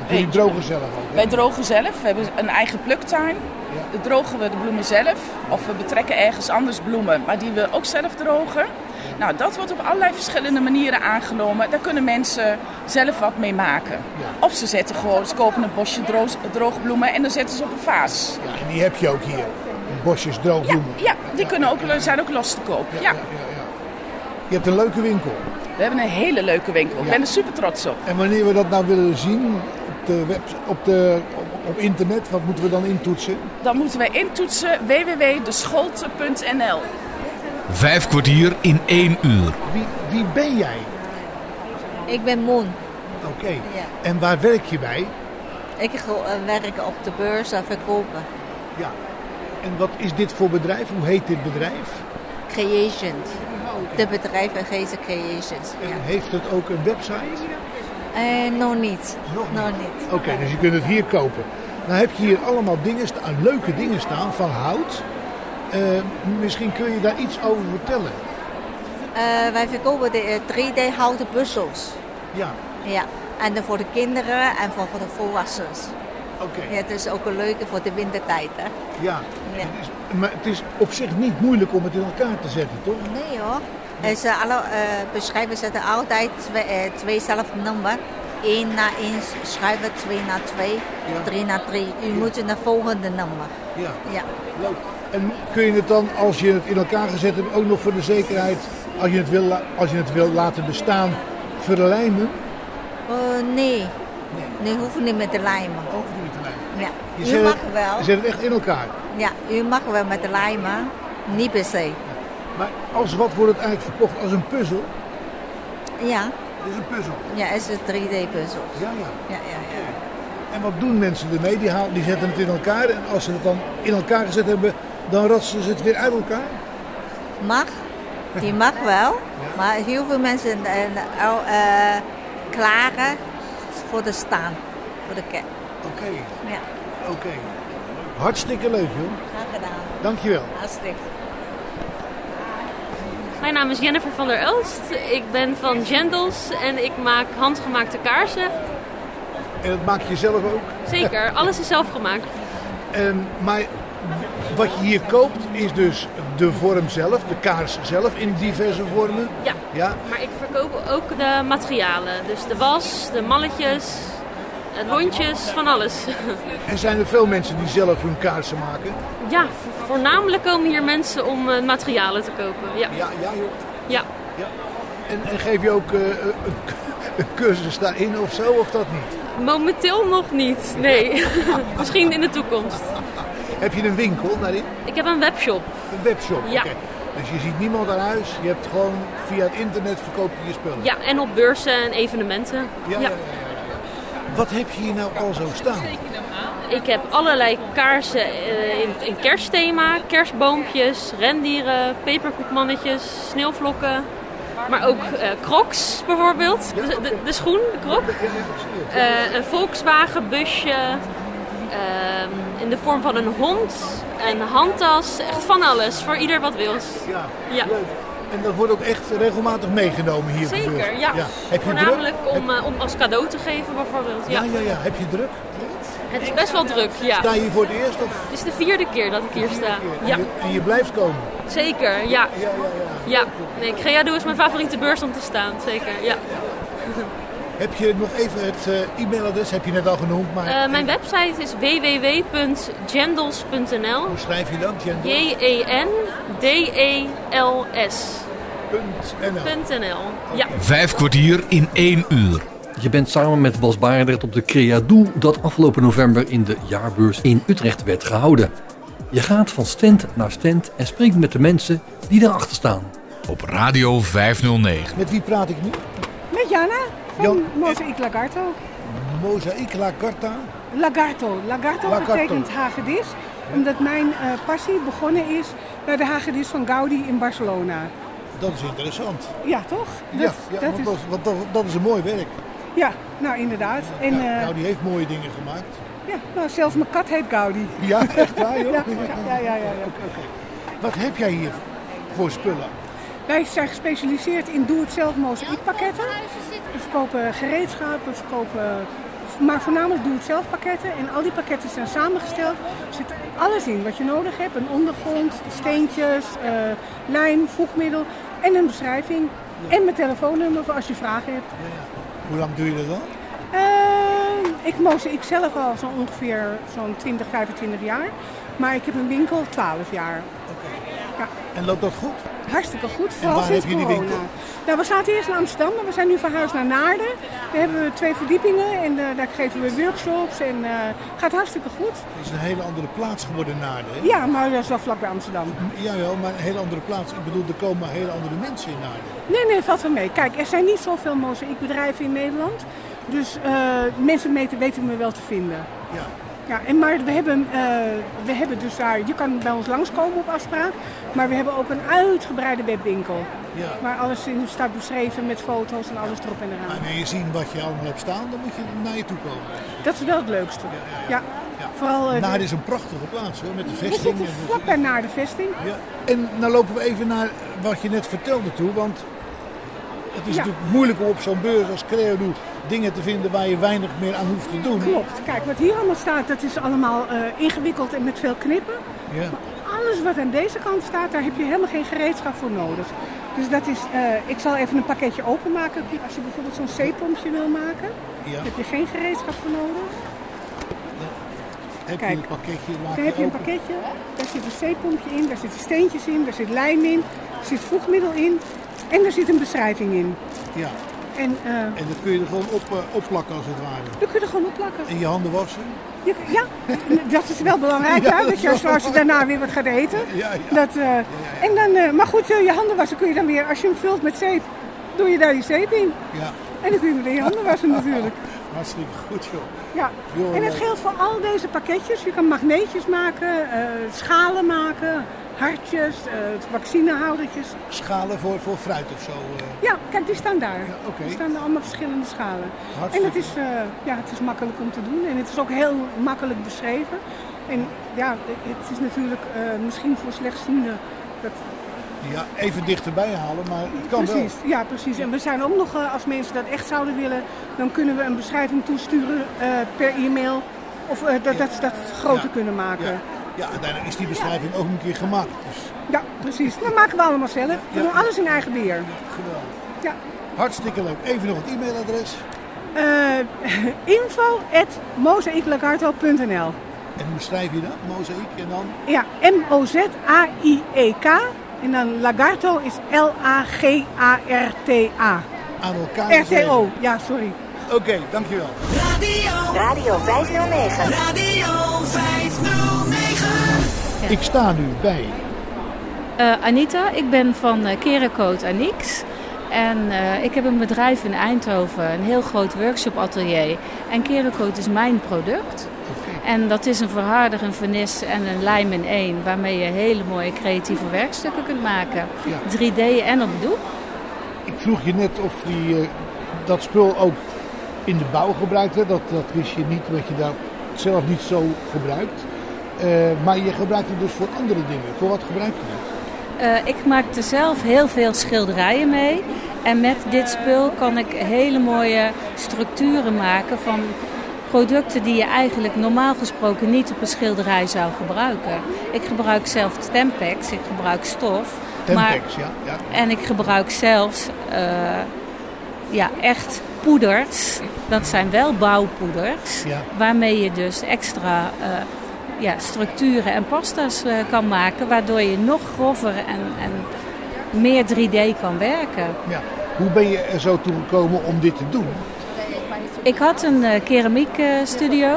Dat jullie drogen zelf ook. hè?
Wij drogen zelf, we hebben een eigen pluktuin. Dan drogen we de bloemen zelf. Of we betrekken ergens anders bloemen, maar die we ook zelf drogen. Nou, dat wordt op allerlei verschillende manieren aangenomen. Daar kunnen mensen zelf wat mee maken. Of ze zetten gewoon, ze kopen een bosje droog, droogbloemen en dan zetten ze op een vaas.
Ja, en die heb je ook hier. Bosjes
Ja,
droogbloemen.
ja die kunnen ook, zijn ook los te koop. Ja,
Je hebt een leuke winkel.
We hebben een hele leuke winkel. Ik ben er super trots op.
En wanneer we dat nou willen zien op, de webs- op, de, op, op internet, wat moeten we dan intoetsen?
Dan moeten wij intoetsen www.descholte.nl.
Vijf kwartier in één uur.
Wie, wie ben jij?
Ik ben Moon.
Oké.
Ja.
En waar werk je bij?
Ik go- eh, werk op de beurs en verkopen.
Ja. En wat is dit voor bedrijf? Hoe heet dit bedrijf?
Creations. De bedrijf en deze creations. Ja.
Oh, Heeft het ook een website?
Eh, nog niet.
Nog
niet.
Oké, dus je kunt het hier kopen. Nou heb je hier allemaal dingen, sta- leuke dingen staan van hout. Eh, misschien kun je daar iets over vertellen.
Eh, wij verkopen de eh, 3D houten bussels.
Ja.
Ja. En dan voor de kinderen en voor, voor de volwassenen.
Oké.
Ja, het is ook een leuke voor de wintertijd. Hè?
Ja.
Ja.
Maar het is op zich niet moeilijk om het in elkaar te zetten, toch?
Nee hoor. En Ze alle, eh, beschrijven zetten altijd twee, eh, tweezelfde nummer. 1 na 1 schrijven, 2 na 2, 3 na 3. U moet naar volgende nummer.
Ja.
Ja.
Leuk. En kun je het dan, als je het in elkaar gezet hebt, ook nog voor de zekerheid, als je het wil, la- als je het wil laten bestaan, verlijmen?
Eh, nee. Nee, hoeft niet met de lijmen.
Ook niet met de lijmen?
Ja.
zet
U mag
het,
wel.
Je zet het echt in elkaar.
Ja, u mag wel met de lijmen. Niet per se.
Maar als wat wordt het eigenlijk verkocht? Als een puzzel?
Ja.
Het is een puzzel.
Ja, het is een 3D-puzzel.
Ja, ja.
Ja, ja, ja.
En wat doen mensen ermee? Die, haal, die zetten het in elkaar en als ze het dan in elkaar gezet hebben, dan ratsen ze het weer uit elkaar?
Mag. Die mag wel. Maar heel veel mensen eh, al, eh, klaren voor de staan. Voor de kerk.
Oké,
Ja,
oké. Hartstikke leuk joh.
graag gedaan.
Dankjewel.
Hartstikke.
Mijn naam is Jennifer van der Elst. Ik ben van Gendels en ik maak handgemaakte kaarsen.
En dat maak je zelf ook?
Zeker, alles is zelf gemaakt.
En, maar wat je hier koopt is dus de vorm zelf, de kaars zelf in diverse vormen.
Ja.
Ja,
Maar ik verkoop ook de materialen. Dus de was, de malletjes, eh, lontjes, van alles.
en zijn er veel mensen die zelf hun kaarsen maken?
ja, vo- voornamelijk komen hier mensen om eh, materialen te kopen. Ja,
ja, ja joh.
Ja.
En, en geef je ook eh, een, een cursus daarin of zo, of dat niet?
Momenteel nog niet, nee. Misschien in de toekomst.
Heb je een winkel daarin?
Ik heb een webshop.
Een webshop?
Ja.
oké. Dus je ziet niemand aan huis, je hebt gewoon via het internet verkoop je je spullen.
Ja, en op beurzen en evenementen.
Ja, ja, ja, Wat heb je hier nou al zo staan?
Ik heb allerlei kaarsen eh, in, in kerstthema. Kerstboompjes, rendieren, peperkoekmannetjes, sneeuwvlokken. Maar ook eh, crocs bijvoorbeeld. De, de, de schoen, de krok. Eh, een Volkswagen busje. ehm, in de vorm van een hond. Een handtas. Echt van alles. Voor ieder wat wils.
Ja,
ja.
En dat wordt ook echt regelmatig meegenomen hier op de
Zeker,
beurs.
ja.
Heb je druk?
Voornamelijk om, eh, om als cadeau te geven bijvoorbeeld.
Ja, ja, ja. Heb je druk?
Het is best wel druk, ja.
Sta je hier voor het eerst of?
Het is de vierde keer dat ik hier sta. Ja,
En, je, en je blijft komen.
zeker, ja. Ja, nee, Creado is mijn favoriete beurs om te staan, zeker, ja.
Heb je nog even het eh, e-mailadres, heb je net al genoemd, maar
Eh, mijn website is www.gendels.nl
hoe schrijf je dan? Jen?
E J-E-N-D-E-L-S .nl Ja,
Vijf kwartier in één uur.
Je bent samen met Bas Barendrecht op de Creadoe dat afgelopen november in de jaarbeurs in Utrecht werd gehouden. Je gaat van stand naar stand en spreekt met de mensen die daarachter staan.
Op Radio 509.
Met wie praat ik nu?
Met Jana van
Jan-
Mozaïek Lagarto.
Mozaïek La Carta.
Lagarto. Lagarto
Lagarto.
betekent hagedis. Omdat mijn eh, passie begonnen is bij de hagedis van Gaudi in Barcelona.
Dat is interessant.
Ja, toch?
ja, ja
dat
want,
is,
dat, is- want dat- dat is een mooi werk.
ja nou inderdaad. En, eh,
nou, die heeft mooie dingen gemaakt.
ja, nou, zelfs mijn kat heet Gaudi.
Ja, echt waar, joh?
ja, ja, ja, ja, ja.
Wat heb jij hier voor spullen?
Wij zijn gespecialiseerd in doe-het-zelf mozaïekpakketten. We verkopen gereedschap, we verkopen maar voornamelijk doe-het-zelf pakketten. En al die pakketten zijn samengesteld. Er zit alles in wat je nodig hebt. Een ondergrond, steentjes, eh, lijm, voegmiddel en een beschrijving. En mijn telefoonnummer voor als je vragen hebt.
Hoe lang doe je dat al?
Eh, ik mozaïek zelf al zo ongeveer zo'n 20, 25 jaar. Maar ik heb een winkel 12 jaar. Ja.
En loopt dat goed?
Hartstikke goed,
En
vooral
waar
sinds
heb je die
corona.
winkel?
Nou, we zaten eerst in Amsterdam, maar we zijn nu verhuisd naar Naarden. Daar hebben we twee verdiepingen en eh, daar geven we workshops en eh, gaat hartstikke goed.
Het is een hele andere plaats geworden Naarden. hè?
Ja, maar dat is wel vlakbij Amsterdam.
Jawel, maar een hele andere plaats. Ik bedoel, er komen hele andere mensen in Naarden.
Nee, nee, valt wel mee. Kijk, er zijn niet zoveel mozaïekbedrijven in Nederland. Dus eh, mensen meten- weten me wel te vinden.
Ja.
Ja, en maar we hebben, eh, we hebben dus daar, je kan bij ons langskomen op afspraak, maar we hebben ook een uitgebreide webwinkel.
Ja.
Waar alles in staat beschreven met foto's en alles erop en eraan.
Wanneer je ziet wat je allemaal hebt staan, dan moet je naar je toe komen.
Dat is wel het leukste. Ja, vooral. eh, de-
Naarden is een prachtige plaats hoor, met de
We
vesting.
zitten
en zo.
vlakbij naar de vesting.
Ja. En nou lopen we even naar wat je net vertelde toe, want het is
Ja.
natuurlijk moeilijk om op zo'n beurs als Creodoe dingen te vinden waar je weinig meer aan hoeft te doen.
Klopt. Kijk, wat hier allemaal staat, dat is allemaal eh, ingewikkeld en met veel knippen.
Ja.
Alles wat aan deze kant staat, daar heb je helemaal geen gereedschap voor nodig. Dus dat is, eh, ik zal even een pakketje openmaken. Als je bijvoorbeeld zo'n zeepompje wil maken,
Ja.
heb je geen gereedschap voor nodig.
Heb je
Kijk.
een pakketje, maak
Daar heb je een
open.
pakketje, daar zit een zeepompje in, daar zitten steentjes in, daar zit lijm in, er zit voegmiddel in en er zit een beschrijving in.
Ja.
En, eh
En dat kun je er gewoon op, eh, opplakken als het ware.
dat kun je er gewoon op plakken.
En je handen wassen.
Je- ja, dat is wel belangrijk,
Ja,
hè?
dat
Dat
is
je als,
wel
als je daarna weer wat gaat eten.
Ja, ja.
Dat, eh, En dan, eh, maar goed, eh, je handen wassen kun je dan weer, als je hem vult met zeep, doe je daar je zeep in.
Ja,
En dan kun je weer je handen wassen natuurlijk.
hartstikke goed joh.
Ja.
Joh,
En dat
leuk.
geldt voor al deze pakketjes. Je kan magneetjes maken, eh, schalen maken, hartjes, eh, vaccinehoudertjes.
Schalen voor, voor fruit of zo. eh.
Ja, kijk, die staan daar.
oké.
Die staan er allemaal verschillende schalen.
Hartstikke.
En het is, eh, ja, het is makkelijk om te doen en het is ook heel makkelijk beschreven. En ja, het is natuurlijk eh, misschien voor slechtzienden. Dat,
Ja, even dichterbij halen, maar het kan
precies, ja, precies. En we zijn ook nog, eh, als mensen dat echt zouden willen, dan kunnen we een beschrijving toesturen eh, per e-mail. Of eh, dat, dat ze dat groter kunnen
wel.
maken.
Ja. ja, uiteindelijk is die beschrijving ook een keer gemaakt. Dus
Ja, precies. Dat maken we allemaal zelf. We doen alles in eigen beheer.
geweldig.
Ja.
Hartstikke leuk. Even nog het e-mailadres.
Eh info.mozaïeklakharto.nl
En hoe schrijf je dat? Mozaïek en dan?
Ja, M-O-Z-A-I-E-K. E En dan Lagarto is L-A-G-A-R-T-A.
Aan elkaar
RTO,
geschreven.
ja, sorry.
Oké, dankjewel.
Radio. Radio 509. Radio 509.
Ik sta nu bij
Eh, Anita, ik ben van eh Kerencoat Anix. En eh, ik heb een bedrijf in Eindhoven, een heel groot workshopatelier. En Kerencoat is mijn product. En dat is een verharder, een vernis en een lijm in één, waarmee je hele mooie creatieve werkstukken kunt maken. 3D en op doek.
Ik vroeg je net of die, eh, dat spul ook in de bouw gebruikt werd. Dat, dat wist je niet, omdat je dat zelf niet zo gebruikt. Eh, maar je gebruikt het dus voor andere dingen. Voor wat gebruik je het?
Eh, ik maakte zelf heel veel schilderijen mee. En met dit spul kan ik hele mooie structuren maken van producten die je eigenlijk normaal gesproken niet op een schilderij zou gebruiken. Ik gebruik zelf Tempex, ik gebruik stof. maar-
Tempex, ja. ja.
en ik gebruik zelfs eh, ja, echt poeders. Dat zijn wel bouwpoeders.
Ja.
Waarmee je dus extra eh, ja, structuren en pastas eh, kan maken. Waardoor je nog grover en, en meer 3D kan werken.
Ja. Hoe ben je er zo toe gekomen om dit te doen?
Ik had een eh, keramiek eh, studio.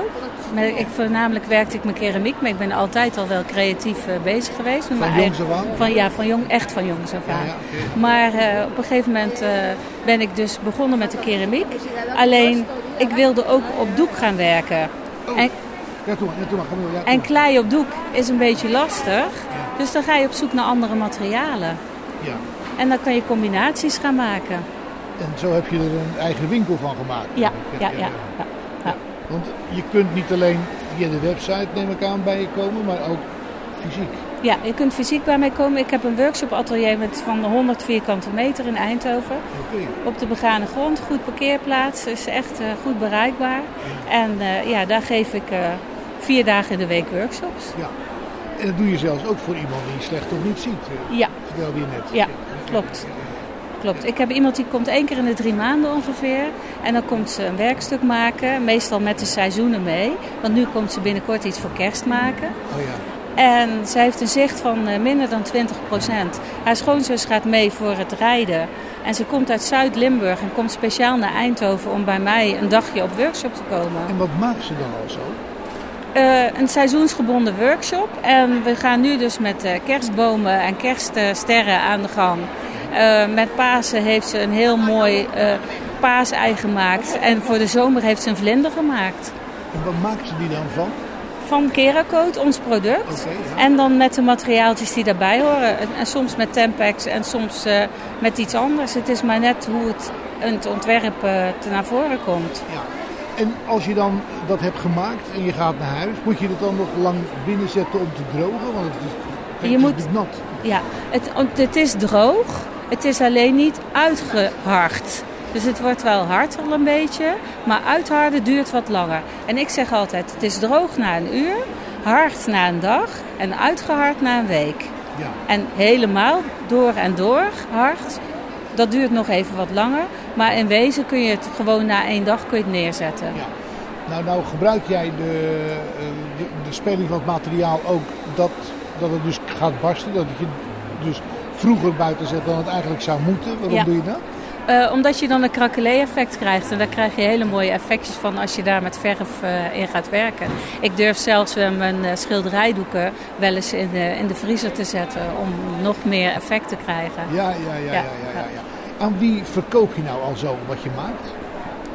Met, ik, voornamelijk werkte ik met keramiek, maar ik ben altijd al wel creatief eh, bezig geweest. Met
Van
mijn
jongs
eigen-
af aan?
Van, ja, van jong, echt van jongs af aan. Maar eh, op een gegeven moment eh, ben ik dus begonnen met de keramiek. Alleen, ik wilde ook op doek gaan werken. En,
Oh. Ja, toen maar, ja, toen maar. Ga maar door, ja,
en
toe
klei op doek is een beetje lastig. Dus dan ga je op zoek naar andere materialen.
maar. ja.
En dan kan je combinaties gaan maken.
En zo heb je er een eigen winkel van gemaakt.
Ja,
natuurlijk.
ja, ja. ja.
Want je kunt niet alleen via de website, neem ik aan, bij je komen, maar ook fysiek?
Ja, je kunt fysiek bij mij komen. Ik heb een workshop atelier met van de 100 vierkante meter in Eindhoven. Op de begane grond, goed parkeerplaats, dus echt eh, goed bereikbaar. En eh, ja, daar geef ik eh, vier dagen in de week workshops.
Ja. En dat doe je zelfs ook voor iemand die slecht of niet ziet. eh,
Ja.
Vertelde je net.
Ja, klopt. Klopt. Ik heb iemand die komt één keer in de drie maanden ongeveer. En dan komt ze een werkstuk maken, meestal met de seizoenen mee. Want nu komt ze binnenkort iets voor kerst maken.
Oh ja.
En zij heeft een zicht van eh, minder dan 20 Haar schoonzus gaat mee voor het rijden. En ze komt uit Zuid-Limburg en komt speciaal naar Eindhoven om bij mij een dagje op workshop te komen.
En wat maakt ze dan al zo?
Eh, een seizoensgebonden workshop. En we gaan nu dus met eh, kerstbomen en kerststerren aan de gang. Eh, met Pasen heeft ze een heel mooi eh paasei gemaakt. En voor de zomer heeft ze een vlinder gemaakt.
En wat maakt ze die dan van?
Van Keracoat, ons product. En dan met de materiaaltjes die daarbij horen. En, en soms met Tempex en soms eh, met iets anders. Het is maar net hoe het, het ontwerp eh, te naar voren komt.
En als je dan dat hebt gemaakt en je gaat naar huis, moet je het dan nog lang binnen zetten om te drogen? Want het is, het
Je
is
moet-
nat.
Ja, het, het is droog. Het is alleen niet uitgehard. Dus het wordt wel hard al een beetje. Maar uitharden duurt wat langer. En ik zeg altijd, het is droog na een uur. Hard na een dag. En uitgehard na een week.
Ja.
En helemaal door en door hard. Dat duurt nog even wat langer. Maar in wezen kun je het gewoon na één dag kun je het neerzetten.
Nou, nou gebruik jij de, eh, de, de speling van het materiaal ook dat, dat het dus gaat barsten. Dat het je dus vroeger buiten zet dan het eigenlijk zou moeten. Waarom
Ja.
doe je dat?
Eh, omdat je dan een krakelé-effect krijgt. En daar krijg je hele mooie effectjes van als je daar met verf eh, in gaat werken. Ik durf zelfs eh, mijn eh, schilderijdoeken wel eens in de, in de vriezer te zetten. Om nog meer effect te krijgen.
Ja, ja, ja, ja, ja, ja, ja. Aan wie verkoop je nou al zo wat je maakt?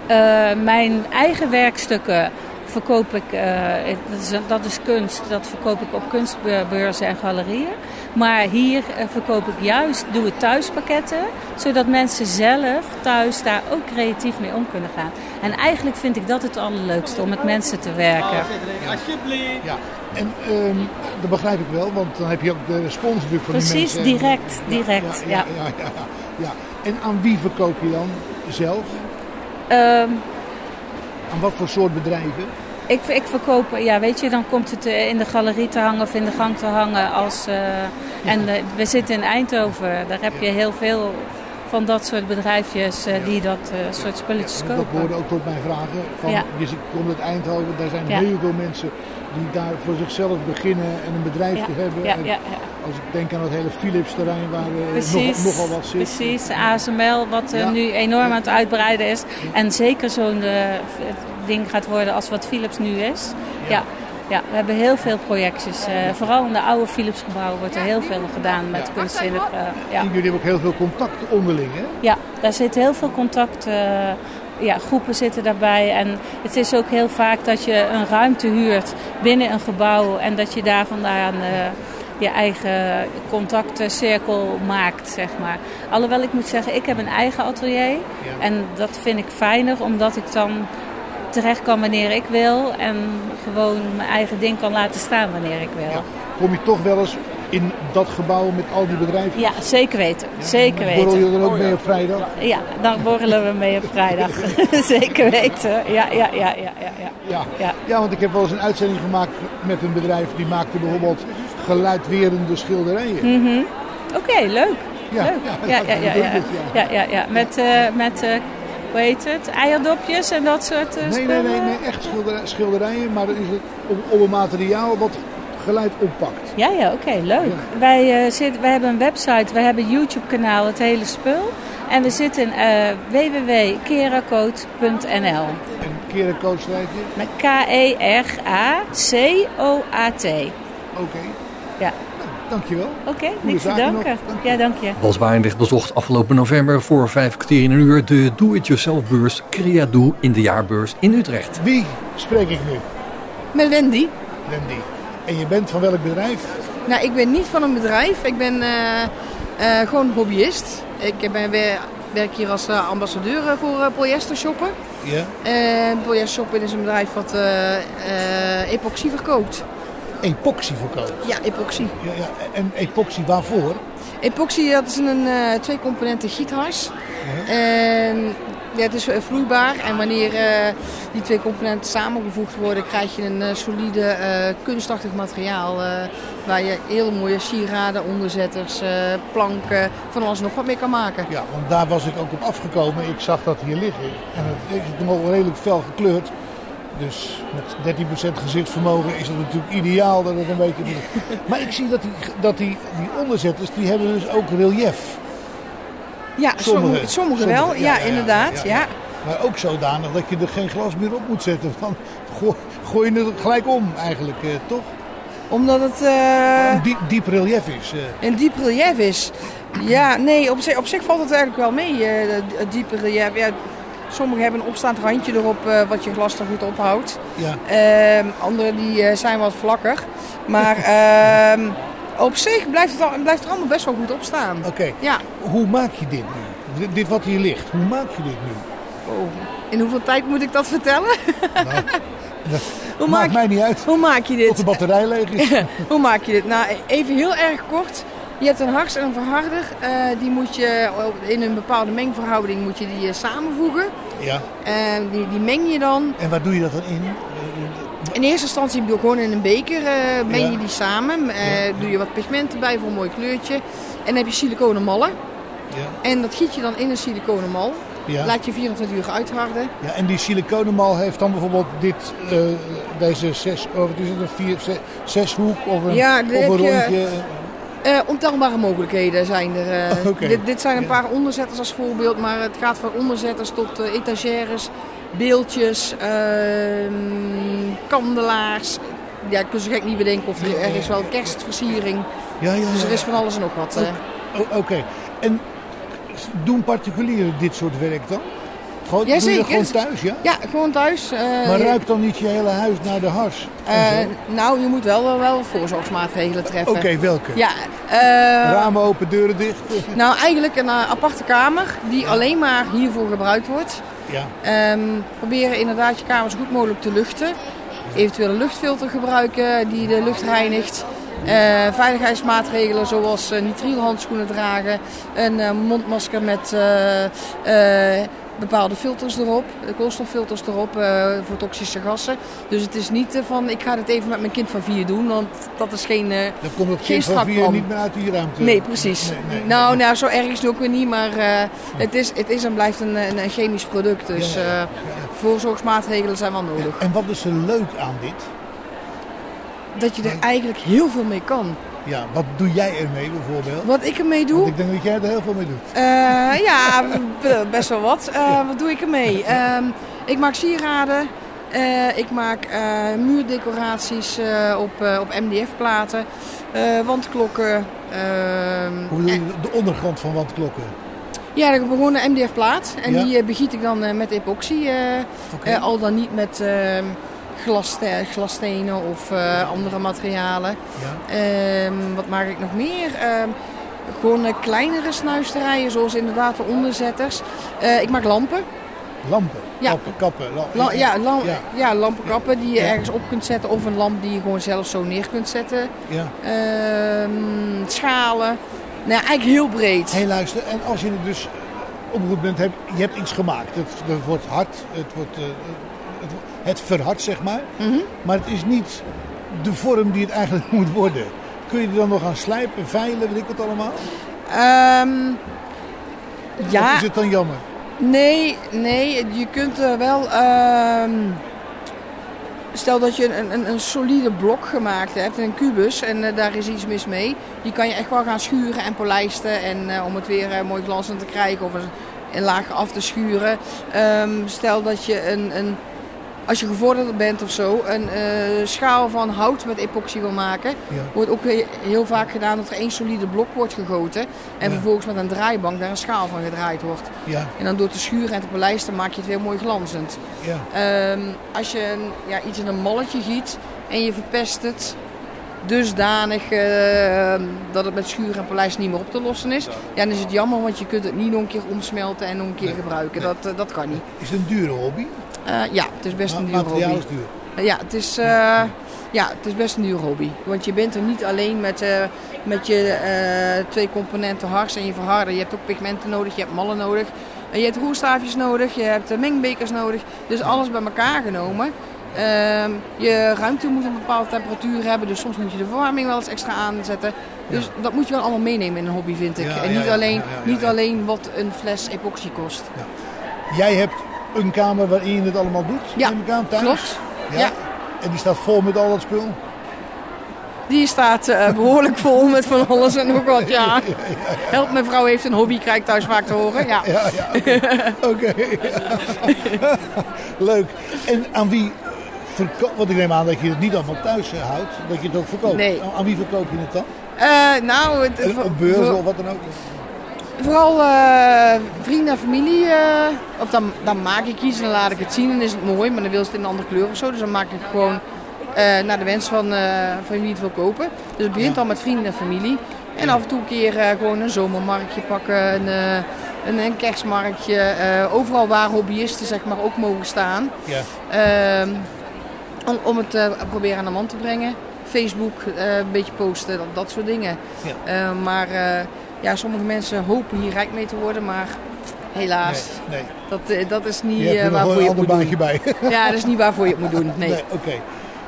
Eh, mijn eigen werkstukken verkoop ik, eh, ik- dat, is, dat is kunst, dat verkoop ik op kunstbeurzen en galerieën. Maar hier eh, verkoop ik juist, doe het thuispakketten, zodat mensen zelf thuis daar ook creatief mee om kunnen gaan. En eigenlijk vind ik dat het allerleukste, om met mensen te werken.
Alsjeblieft. Ja. En ehm, dat begrijp ik wel, want dan heb je ook de respons natuurlijk van die
Precies,
mensen.
direct, direct,
Ja, ja, ja, ja, ja. En aan wie verkoop je dan zelf?
Ehm,
Aan wat voor soort bedrijven?
Ik, ik verkoop, ja weet je, dan komt het eh, in de galerie te hangen of in de gang te hangen. Als, eh, En eh, we zitten in Eindhoven, daar heb je heel veel van dat soort bedrijfjes eh, die dat eh, soort spulletjes
Dat
kopen.
hoorde ook tot mijn vragen. Van,
Ja.
Dus ik kom uit Eindhoven, daar zijn
Ja.
heel veel mensen die daar voor zichzelf beginnen en een bedrijf
Ja,
te hebben.
ja,
En
ja,
Als ik denk aan het hele Philips terrein waar eh,
Precies,
nog, nogal wat zit.
precies, ASML, wat eh,
Ja.
nu enorm aan het uitbreiden is. En zeker zo'n eh, ding gaat worden als wat Philips nu is. Ja, ja. we hebben heel veel projectjes. eh, vooral in de oude Philips gebouwen wordt er heel veel gedaan met kunst in het... eh, ja.
En jullie hebben ook heel veel contact onderling, hè?
Ja, daar zit heel veel contact. eh, ja, groepen zitten daarbij. En het is ook heel vaak dat je een ruimte huurt binnen een gebouw. En dat je daar vandaan eh, je eigen contactcirkel maakt, zeg maar. Alhoewel ik moet zeggen, ik heb een eigen atelier. En dat vind ik fijner, omdat ik dan terecht kan wanneer ik wil. En gewoon mijn eigen ding kan laten staan wanneer ik wil.
Kom je toch wel eens in dat gebouw met al die bedrijven?
Ja, zeker weten. zeker weten.
Borrel je er ook mee op vrijdag?
Oh, Ja, dan borrelen we mee op vrijdag. Zeker weten. Ja, ja, ja, ja, ja. ja.
Ja. Ja. want ik heb wel eens een uitzending gemaakt met een bedrijf die maakte bijvoorbeeld geluidwerende schilderijen.
Mhm. Oké, leuk.
Ja,
leuk. Ja, ja, ja, ja, ja. ja, ja, ja. Met, eh, met eh, hoe heet het, eierdopjes en dat soort eh,
Nee, nee,
spullen?
nee, nee, echt schilderij- schilderijen, maar dan is het op, op een materiaal wat geluid oppakt.
Ja, ja, oké, leuk. Wij, eh, zitten, wij hebben een website, wij hebben een YouTube-kanaal, het hele spul. En we zitten in eh www.keracoat.nl.
Kerencoach schrijf je?
Met E K-E-R-A-C-O-A-T. Oké. Ja.
Nou, Dankjewel.
Oké, niks te
zaken
danken. Ja, dank je.
Bas Barendrecht bezocht afgelopen november voor vijf kwartier in een uur de Do-It-Yourself-beurs Creado in de jaarbeurs in Utrecht.
Wie spreek ik nu?
Met Wendy.
Wendy. En je bent van welk bedrijf?
Nou, ik ben niet van een bedrijf. Ik ben eh, eh, gewoon hobbyist. Ik ben, wer- werk hier als eh, ambassadeur eh, voor eh, polyester shoppen.
Ja.
En polyester shoppen is een bedrijf wat eh eh, epoxy verkoopt.
epoxy verkoopt.
Ja, epoxy.
Ja, ja. En epoxy waarvoor?
Epoxy, dat is een eh, twee componenten giethars. En ja, het is eh, vloeibaar en wanneer eh, die twee componenten samengevoegd worden, krijg je een eh, solide eh, kunstachtig materiaal. eh, waar je heel mooie sieraden, onderzetters, eh, planken, van alles nog wat mee kan maken.
Ja, want daar was ik ook op afgekomen. Ik zag dat hier liggen. En het is nogal redelijk fel gekleurd. Dus met 13% gezichtsvermogen is het natuurlijk ideaal dat het een beetje... maar ik zie dat die, dat die, die onderzetters, die hebben dus ook relief.
Ja, sommige, sommige wel.
sommige,
ja, inderdaad. Ja,
Maar ook zodanig dat je er geen glas meer op moet zetten. Dan gooi, gooi je het gelijk om eigenlijk, eh, toch?
Omdat het... eh,
Een diep, diep relief is. eh.
Een diep relief is. Ja, nee, op zich, op zich valt het eigenlijk wel mee, eh, het diepe relief. Ja, sommigen hebben een opstaand randje erop, eh, wat je glas er goed ophoudt.
Ja.
Ehm, anderen die, eh, zijn wat vlakker. Maar ehm, op zich blijft het, al- blijft het allemaal best wel goed opstaan. Oké. Ja.
Hoe maak je dit nu? Dit, dit wat hier ligt, hoe maak je dit nu?
Oh. In hoeveel tijd moet ik dat vertellen? hoe maakt maak,
mij niet uit.
Hoe maak je dit? Tot
de batterij leeg
is. hoe maak je dit? Nou, even heel erg kort. Je hebt een hars en een verharder. Eh, die moet je oh, in een bepaalde mengverhouding moet je die eh, samenvoegen.
Ja.
Eh, die, die meng je dan.
En waar doe je dat dan in?
In eerste instantie doe je gewoon in een beker, eh meng
Ja.
je die samen. Eh, Doe je wat pigment erbij voor een mooi kleurtje. En dan heb je siliconen mallen.
Ja.
En dat giet je dan in een siliconen mal.
Ja.
Laat je 24 uur uitharden.
Ja, en die siliconenmal heeft dan bijvoorbeeld dit, eh, deze zes, oh, wat is het, een vier, zes, zeshoek of een,
Ja, dan
of een
heb je-
rondje?
Eh, ontelbare mogelijkheden zijn er. eh.
Oké.
dit, dit zijn een paar onderzetters als voorbeeld, maar het gaat van onderzetters tot eh, etagères, beeldjes, ehm, kandelaars. Ja, ik kun zo gek niet bedenken of er, er is wel kerstversiering.
Ja, ja,
Dus
ja,
er
ja.
is van alles en nog wat. eh.
O- Oké, en doen particulieren dit soort werk dan? Gewoon, doe je
Jazeker.
dat gewoon thuis, ja?
Ja, gewoon thuis. eh,
maar ruikt dan niet je hele huis naar de hars?
eh,
En zo?
nou, je moet wel, wel, wel voorzorgsmaatregelen treffen.
Oké, welke?
Ja, eh,
Ramen open, deuren dicht?
Nou, eigenlijk een eh, aparte kamer die alleen maar hiervoor gebruikt wordt.
Ja.
Ehm, proberen inderdaad je kamer zo goed mogelijk te luchten. Eventueel een luchtfilter gebruiken die de lucht reinigt. Eh, veiligheidsmaatregelen zoals eh nitrielhandschoenen dragen. Een eh, mondmasker met eh, eh, bepaalde filters erop. eh, Koolstoffilters erop eh, voor toxische gassen. Dus het is niet eh, van ik ga dit even met mijn kind van vier doen. Want dat is geen, eh
Dan komt het
geen
kind van vier
strakplan.
niet meer uit die ruimte.
Nee, precies.
Nee, nee.
nou, nou, zo erg is het ook weer niet, maar eh, het, is, het is en blijft een, een, een chemisch product. Dus eh voorzorgsmaatregelen zijn wel nodig.
En wat is er leuk aan dit?
Dat je er eigenlijk heel veel mee kan.
Ja, wat doe jij ermee bijvoorbeeld?
Wat ik ermee doe?
ik denk dat jij er heel veel mee doet.
Eh, ja, b- best wel wat. Eh, Wat doe ik ermee? Ehm, ik maak sieraden. eh, ik maak eh, muurdecoraties eh, op, eh, op MDF-platen. eh, wandklokken. ehm,
Hoe bedoel je de ondergrond van wandklokken?
Ja, ik heb gewoon een MDF-plaat. En
Ja.
die eh, begiet ik dan eh, met epoxy. eh, eh, al dan niet met ehm glaste- glasstenen of eh, andere materialen. Ehm, wat maak ik nog meer? Ehm, gewoon eh, kleinere snuisterijen, zoals inderdaad de onderzetters. Eh, ik maak lampen.
Lampen,
Ja.
kappen, kappen. la-
La- ja, lam-
ja.
ja. lampenkappen die je ergens op kunt zetten. Of een lamp die je gewoon zelf zo neer kunt zetten.
Ja.
Ehm, schalen. Nou, ja, eigenlijk heel breed.
Hé, luister, en als je er dus opgeroepen bent, heb, je hebt iets gemaakt. Het, het wordt hard, het, wordt, eh, het, het verhardt, zeg maar.
Mhm.
Maar het is niet de vorm die het eigenlijk moet worden. Kun je er dan nog aan slijpen, veilen, weet ik wat allemaal?
Ehm, ja.
Of is het dan jammer?
Nee, nee, je kunt er wel. ehm, stel dat je een, een, een solide blok gemaakt hebt, een kubus, en eh, daar is iets mis mee. Die kan je echt wel gaan schuren en polijsten en eh, om het weer eh, mooi glanzend te krijgen of een, een laag af te schuren. Ehm, stel dat je een, een, als je gevorderd bent of zo, een eh, schaal van hout met epoxy wil maken.
Ja.
Wordt ook he- heel vaak gedaan dat er één solide blok wordt gegoten en
Ja.
vervolgens met een draaibank daar een schaal van gedraaid wordt.
Ja.
En dan door te schuren en te polijsten maak je het weer mooi glanzend.
Ja.
Ehm, als je een- ja, iets in een malletje giet en je verpest het dusdanig ehm, dat het met schuren en polijst niet meer op te lossen is, ja, dan is het jammer, want je kunt het niet nog een keer omsmelten en nog een keer gebruiken. Dat, eh, dat kan niet.
Is het een dure hobby?
Eh, ja, het is best
Ma-
een duur
materiaal
hobby.
is duur.
Ja, het is, eh, ja, het is best een duur hobby. Want je bent er niet alleen met, eh, met je eh, twee componenten hars en je verharder. Je hebt ook pigmenten nodig, je hebt mallen nodig. En je hebt roerstaafjes nodig, je hebt eh, mengbekers nodig. Dus alles bij elkaar genomen. Ehm, je ruimte moet een bepaalde temperatuur hebben. Dus soms moet je de verwarming wel eens extra aanzetten. Dus dat moet je wel allemaal meenemen in een hobby, vind ik.
Ja,
en
ja,
niet,
ja,
alleen,
ja, ja,
niet alleen wat een fles epoxy kost.
Jij hebt een kamer waarin je het allemaal doet, ja, neem ik aan, thuis?
klopt. Ja.
En die staat vol met al dat spul?
Die staat eh, behoorlijk vol met van alles en nog wat, ja. Help, mijn vrouw heeft een hobby, krijg ik thuis vaak te horen. Ja,
ja, Oké. Leuk. En aan wie verkoopt... Want ik neem aan dat je het niet allemaal thuis eh, houdt. Dat je het ook verkoopt.
Nee.
Aan aan wie verkoop je het dan?
Eh, nou, het,
Een, een beurs of wat dan ook?
vooral eh, vrienden en familie. eh, of dan, dan maak ik iets en dan laat ik het zien en is het mooi, maar dan wil ze het in een andere kleur of zo. Dus dan maak ik gewoon eh, naar de wens van, eh, van wie het wil kopen. Dus het begint al met vrienden en familie. En af en toe een keer eh, gewoon een zomermarktje pakken, een, eh, een, een kerstmarktje. eh, overal waar hobbyisten zeg maar, ook mogen staan.
Ja.
Ehm, om, om het eh, proberen aan de man te brengen. Facebook, eh, een beetje posten, dat, dat soort dingen. Eh, maar eh, ja, sommige mensen hopen hier rijk mee te worden, maar helaas.
Nee,
Dat, eh, dat is niet
je hebt
eh,
er nog wel
waarvoor
een
je het
ander
moet
baantje
doen.
bij.
Ja, dat is niet waarvoor je het moet doen. Nee.
Oké.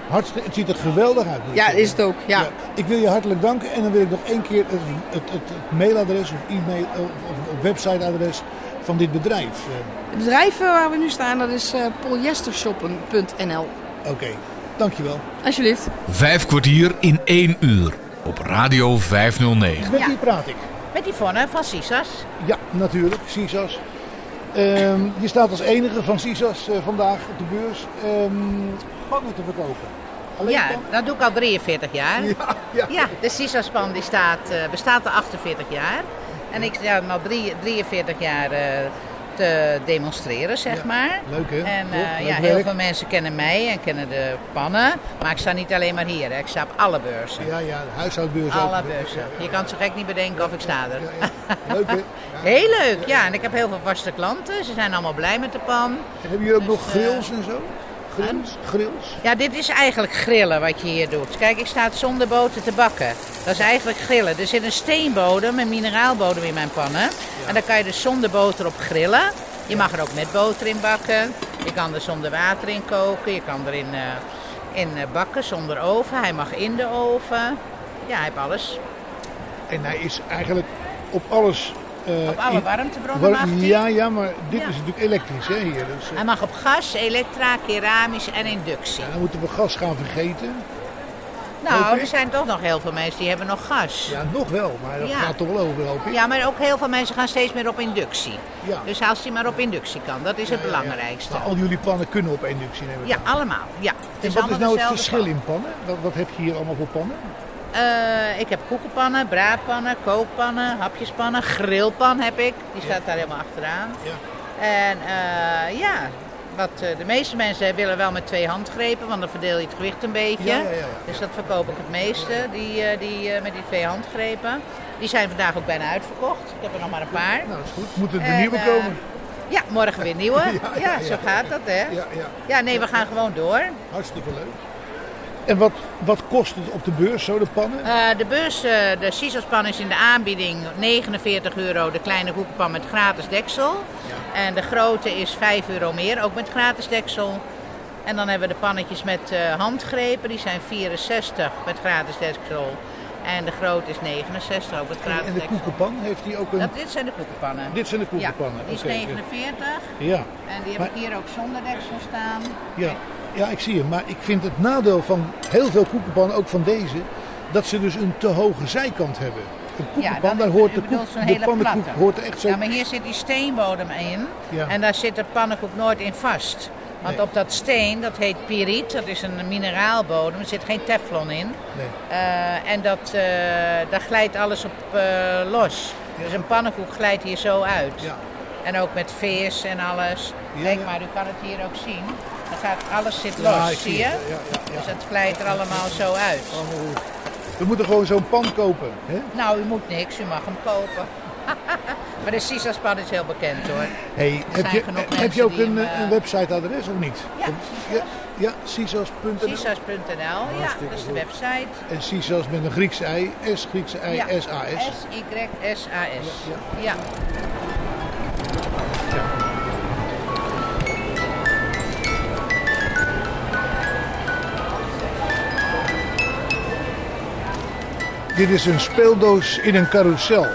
Hartstikke, het ziet er geweldig uit. moet ik
Ja,
zeggen.
is het ook. Ja.
Ik wil je hartelijk danken en dan wil ik nog één keer het, het, het, het mailadres of e-mail eh, of of websiteadres van dit bedrijf. eh.
Het bedrijf eh, waar we nu staan, dat is eh, polyestershoppen.nl.
Oké, dankjewel.
Alsjeblieft.
Vijf kwartier in één uur op Radio 509.
Met wie praat ik?
Met Yvonne van Sisas.
Ja, natuurlijk, CISAS. Ehm, je staat als enige van CISAS eh, vandaag op de beurs ehm pannen te verkopen. Alleen
ja,
pannen?
dat doe ik al 43 jaar. Ja, de Sisaspan die staat, eh, bestaat al 48 jaar. En ik sta al drie- 43 jaar eh, te demonstreren, zeg maar.
Leuk hè?
En
Toch?
eh,
Leuk
ja,
werk.
heel veel mensen kennen mij en kennen de pannen. Maar ik sta niet alleen maar hier, hè. ik sta op alle beurzen.
Ja, ja, huishoudbeurs ook.
Alle beurzen. Je kan zo gek niet bedenken of ik sta er.
Leuk hè?
Heel leuk, ja. En ik heb heel veel vaste klanten. Ze zijn allemaal blij met de pan.
Hebben jullie ook nog
eh,
grills en zo? Grills? Grills?
Ehm, Ja, dit is eigenlijk grillen wat je hier doet. Kijk, ik sta het zonder boter te bakken. Dat is eigenlijk grillen. Er zit een steenbodem, een mineraalbodem in mijn pannen. En daar kan je dus zonder boter op grillen. Je mag er ook met boter in bakken. Je kan er zonder water in koken. Je kan erin eh, in eh, bakken zonder oven. Hij mag in de oven. Ja, hij heeft alles.
En hij is eigenlijk op alles... eh,
Op alle
in-
warmtebronnen
warm-
mag hij.
Ja, ja, maar dit
Ja.
is natuurlijk elektrisch hè hier. Dus, eh,
Hij mag op gas, elektra, keramisch en inductie.
dan moeten we gas gaan vergeten.
Nou,
Oké.
er zijn toch nog heel veel mensen die hebben nog gas.
Ja, nog wel, maar dat
Ja.
gaat toch wel over, hoop ik.
Ja, maar ook heel veel mensen gaan steeds meer op inductie.
Ja.
Dus als die maar op inductie kan, dat is het belangrijkste.
Maar al jullie pannen kunnen op inductie nemen.
Ja, allemaal. Ja. Het
En
is
wat is
allemaal
nou het
dezelfde
verschil
pan.
in pannen? Wat, wat heb je hier allemaal voor pannen?
Eh, ik heb koekenpannen, braadpannen, kookpannen, hapjespannen, grillpan heb ik. Die staat daar helemaal achteraan. En eh, ja, wat, eh, de meeste mensen willen wel met twee handgrepen, want dan verdeel je het gewicht een beetje.
Ja, ja, ja, ja.
Dus dat verkoop ik het meeste, die, eh, die, eh, met die twee handgrepen. Die zijn vandaag ook bijna uitverkocht. Ik heb er nog maar een paar.
Nou, dat is goed. Moeten er
En,
nieuwe
eh,
komen?
Ja, morgen weer nieuwe. ja, zo gaat dat, hè?
Ja, ja.
nee, we gaan gewoon door.
Hartstikke leuk. En wat, wat kost het op de beurs, zo de pannen?
Eh, de beurs, eh, de Sisaspan is in de aanbieding 49 euro, de kleine koekenpan met gratis deksel. En de grote is 5 euro meer, ook met gratis deksel. En dan hebben we de pannetjes met eh, handgrepen, die zijn 64 met gratis deksel. En de grote is 69, ook met gratis
en de
deksel.
koekenpan, heeft die ook een...
Dat, dit zijn de koekenpannen.
Dit zijn de koekenpannen.
Ja, die is
oké.
49
Ja.
en die heb
Maar-
ik hier ook zonder deksel staan.
Ja, ja, ik zie hem. Maar ik vind het nadeel van heel veel koekenpannen, ook van deze, dat ze dus een te hoge zijkant hebben. Een koekenpan,
dan-
daar hoort
u
de,
bedoelt
koek,
zo'n
de
hele
pannenkoek
platte.
hoort er echt zo...
Ja, maar hier zit die steenbodem in.
Ja.
En daar zit de pannenkoek nooit in vast. Want
Nee.
op dat steen, dat heet piriet, dat is een mineraalbodem, er zit geen teflon in.
Nee.
Eh, en dat, eh, daar glijdt alles op eh, los. Dus een pannenkoek glijdt hier zo uit. En ook met vis en alles. Kijk maar, u kan het hier ook zien. Dan gaat alles zit los,
Ja, ik
zie
zie
je?
het. Ja,
Dus het glijdt er allemaal zo uit.
Oh, We moeten gewoon zo'n pan kopen. Hè?
Nou, u moet niks, u mag hem kopen. Maar de Sisaspan is heel bekend hoor.
Hey,
Er
heb,
zijn
je,
genoeg
heb je
mensen
ook
die
een,
hem, eh,
een websiteadres of niet?
Ja,
ja, ja sisas.nl.
Sisas.nl, ja, dat is de website.
En sisas met een Grieks ei, S Griekse ei,
Ja,
S-A-S.
S-Y-S-A-S. Ja.
Dit is een speeldoos in een carousel.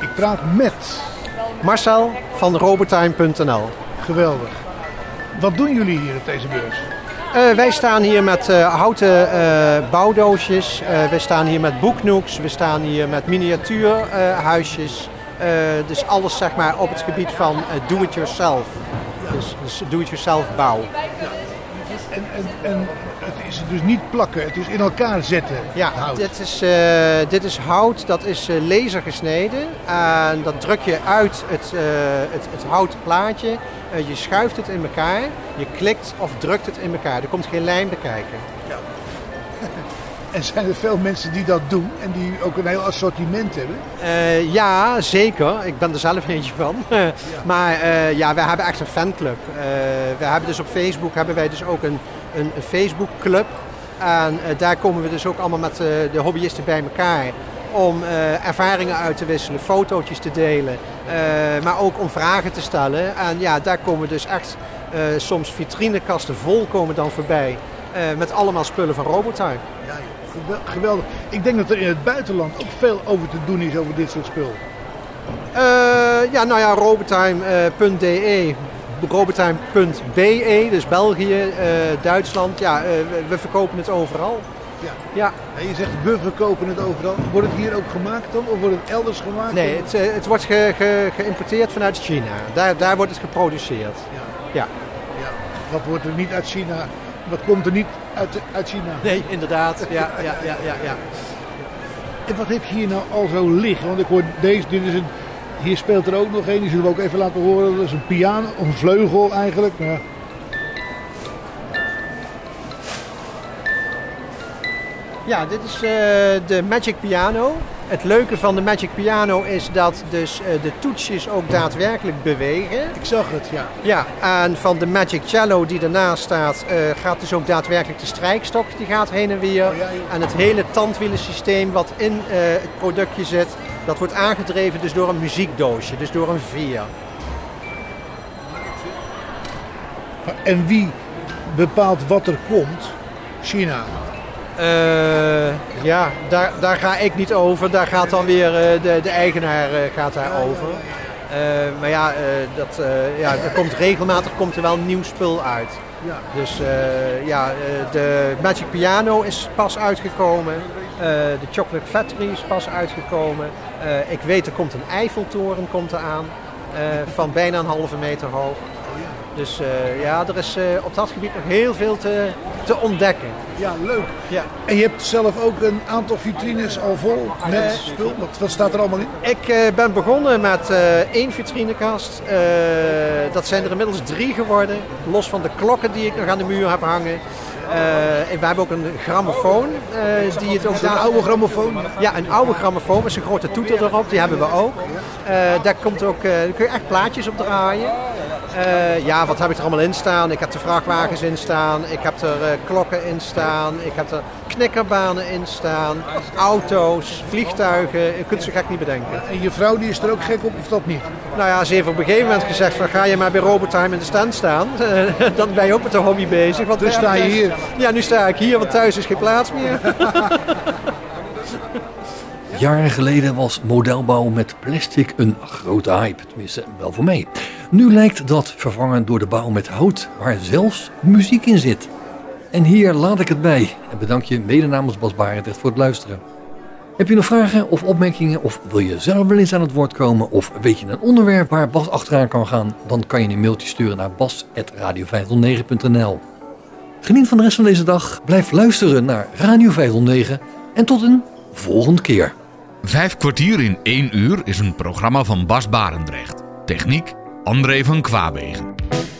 Ik praat met.
Marcel van robertime.nl.
Geweldig. Wat doen jullie hier op deze beurs?
Eh, wij staan hier met eh, houten eh bouwdoosjes. Eh, we staan hier met boeknoeks. We staan hier met miniatuurhuisjes. Eh, dus alles zeg maar op het gebied van eh, do-it-yourself. Dus, dus do-it-yourself bouw.
En, en, en het is dus niet plakken, het is in elkaar zetten.
Ja,
hout.
Dit, is, eh, dit is hout, dat is eh, laser gesneden. En dat druk je uit het, eh, het, het houten plaatje. Eh, je schuift het in elkaar. Je klikt of drukt het in elkaar. Er komt geen lijn bij kijken.
En zijn er veel mensen die dat doen en die ook een heel assortiment hebben?
Eh, ja, zeker. Ik ben er zelf eentje van. maar eh, ja, wij hebben echt een fanclub. Eh, we hebben dus op Facebook hebben wij dus ook een, een, een Facebookclub. En eh, daar komen we dus ook allemaal met eh, de hobbyisten bij elkaar. Om eh, ervaringen uit te wisselen, fotootjes te delen. eh, maar ook om vragen te stellen. En ja, daar komen dus echt eh, soms vitrinekasten vol komen dan voorbij. eh, met allemaal spullen van Robotime.
Ja, geweldig. Ik denk dat er in het buitenland ook veel over te doen is over dit soort spul.
Eh, ja, nou ja, robotime.de, robotime.be, dus België, eh, Duitsland. Ja, eh, we- we verkopen het overal.
Ja.
ja.
En je zegt we verkopen het overal. Wordt het hier ook gemaakt dan of wordt het elders gemaakt?
Nee, het, eh, het wordt ge- ge- geïmporteerd vanuit China. Daar, daar wordt het geproduceerd. Ja.
Wat wordt er niet uit China? Wat komt er niet uit, uit China?
Nee, inderdaad. Ja, ja, ja, ja, ja.
En wat heb je hier nou al zo liggen? Want ik hoor deze, dit is een, hier speelt er ook nog een. Die zullen we ook even laten horen. Dat is een piano, of een vleugel eigenlijk. Maar...
Ja, dit is eh, de Magic Piano. Het leuke van de Magic Piano is dat dus eh, de toetsjes ook daadwerkelijk bewegen.
Ik zag het, ja.
Ja, en van de Magic Cello die ernaast staat, eh, gaat dus ook daadwerkelijk de strijkstok, die gaat heen en weer.
Oh,
En het hele tandwielensysteem wat in eh, het productje zit, dat wordt aangedreven dus door een muziekdoosje, dus door een veer.
En wie bepaalt wat er komt? China.
Eh, ja, daar, daar ga ik niet over. Daar gaat dan weer eh, de, de eigenaar eh, gaat daar over. Eh, maar ja, eh, dat, eh, ja er komt regelmatig komt er wel nieuw spul uit.
Ja.
Dus eh, ja, eh, de Magic Piano is pas uitgekomen. Eh, de Chocolate Factory is pas uitgekomen. Eh, ik weet, er komt een Eiffeltoren komt eraan. eh, van bijna een halve meter hoog. Dus eh, ja, er is eh, op dat gebied nog heel veel te, te ontdekken.
Ja, leuk.
Ja.
En je hebt zelf ook een aantal vitrines al vol met
Eh,
spul. Wat, wat staat er allemaal in?
Ik eh, ben begonnen met eh, één vitrinekast. Eh, dat zijn er inmiddels drie geworden. Los van de klokken die ik nog aan de muur heb hangen. Eh, en we hebben ook een grammofoon. eh, die het ook
een oude grammofoon?
Ja, een oude grammofoon met een grote toeter erop. Die hebben we ook. Eh, daar, komt ook eh, daar kun je echt plaatjes op draaien. Eh, ja, wat heb ik er allemaal in staan? Ik heb de vrachtwagens in staan. Ik heb er eh, klokken in staan. Ik heb er knikkerbanen in staan. Auto's, vliegtuigen. Je kunt ze gek niet bedenken.
En je vrouw die is er ook gek op of dat niet?
Nou ja, ze heeft op een gegeven moment gezegd van ga je maar bij Robotime in de stand staan. Eh, Dan ben je ook met de hobby bezig. Want
Dus
wij
sta je
hebben thuis-
hier?
Ja, nu sta ik hier, want thuis is geen plaats meer.
Jaren geleden was modelbouw met plastic een grote hype, tenminste wel voor mij. Nu lijkt dat vervangen door de bouw met hout, waar zelfs muziek in zit. En hier laat ik het bij en bedank je mede namens Bas Barendrecht voor het luisteren. Heb je nog vragen of opmerkingen of wil je zelf wel eens aan het woord komen of weet je een onderwerp waar Bas achteraan kan gaan, dan kan je een mailtje sturen naar bas.radio509.nl Geniet van de rest van deze dag, blijf luisteren naar Radio 509 en tot een volgende keer.
Vijf kwartier in één uur is een programma van Bas Barendrecht. Techniek André van Kwaabegen.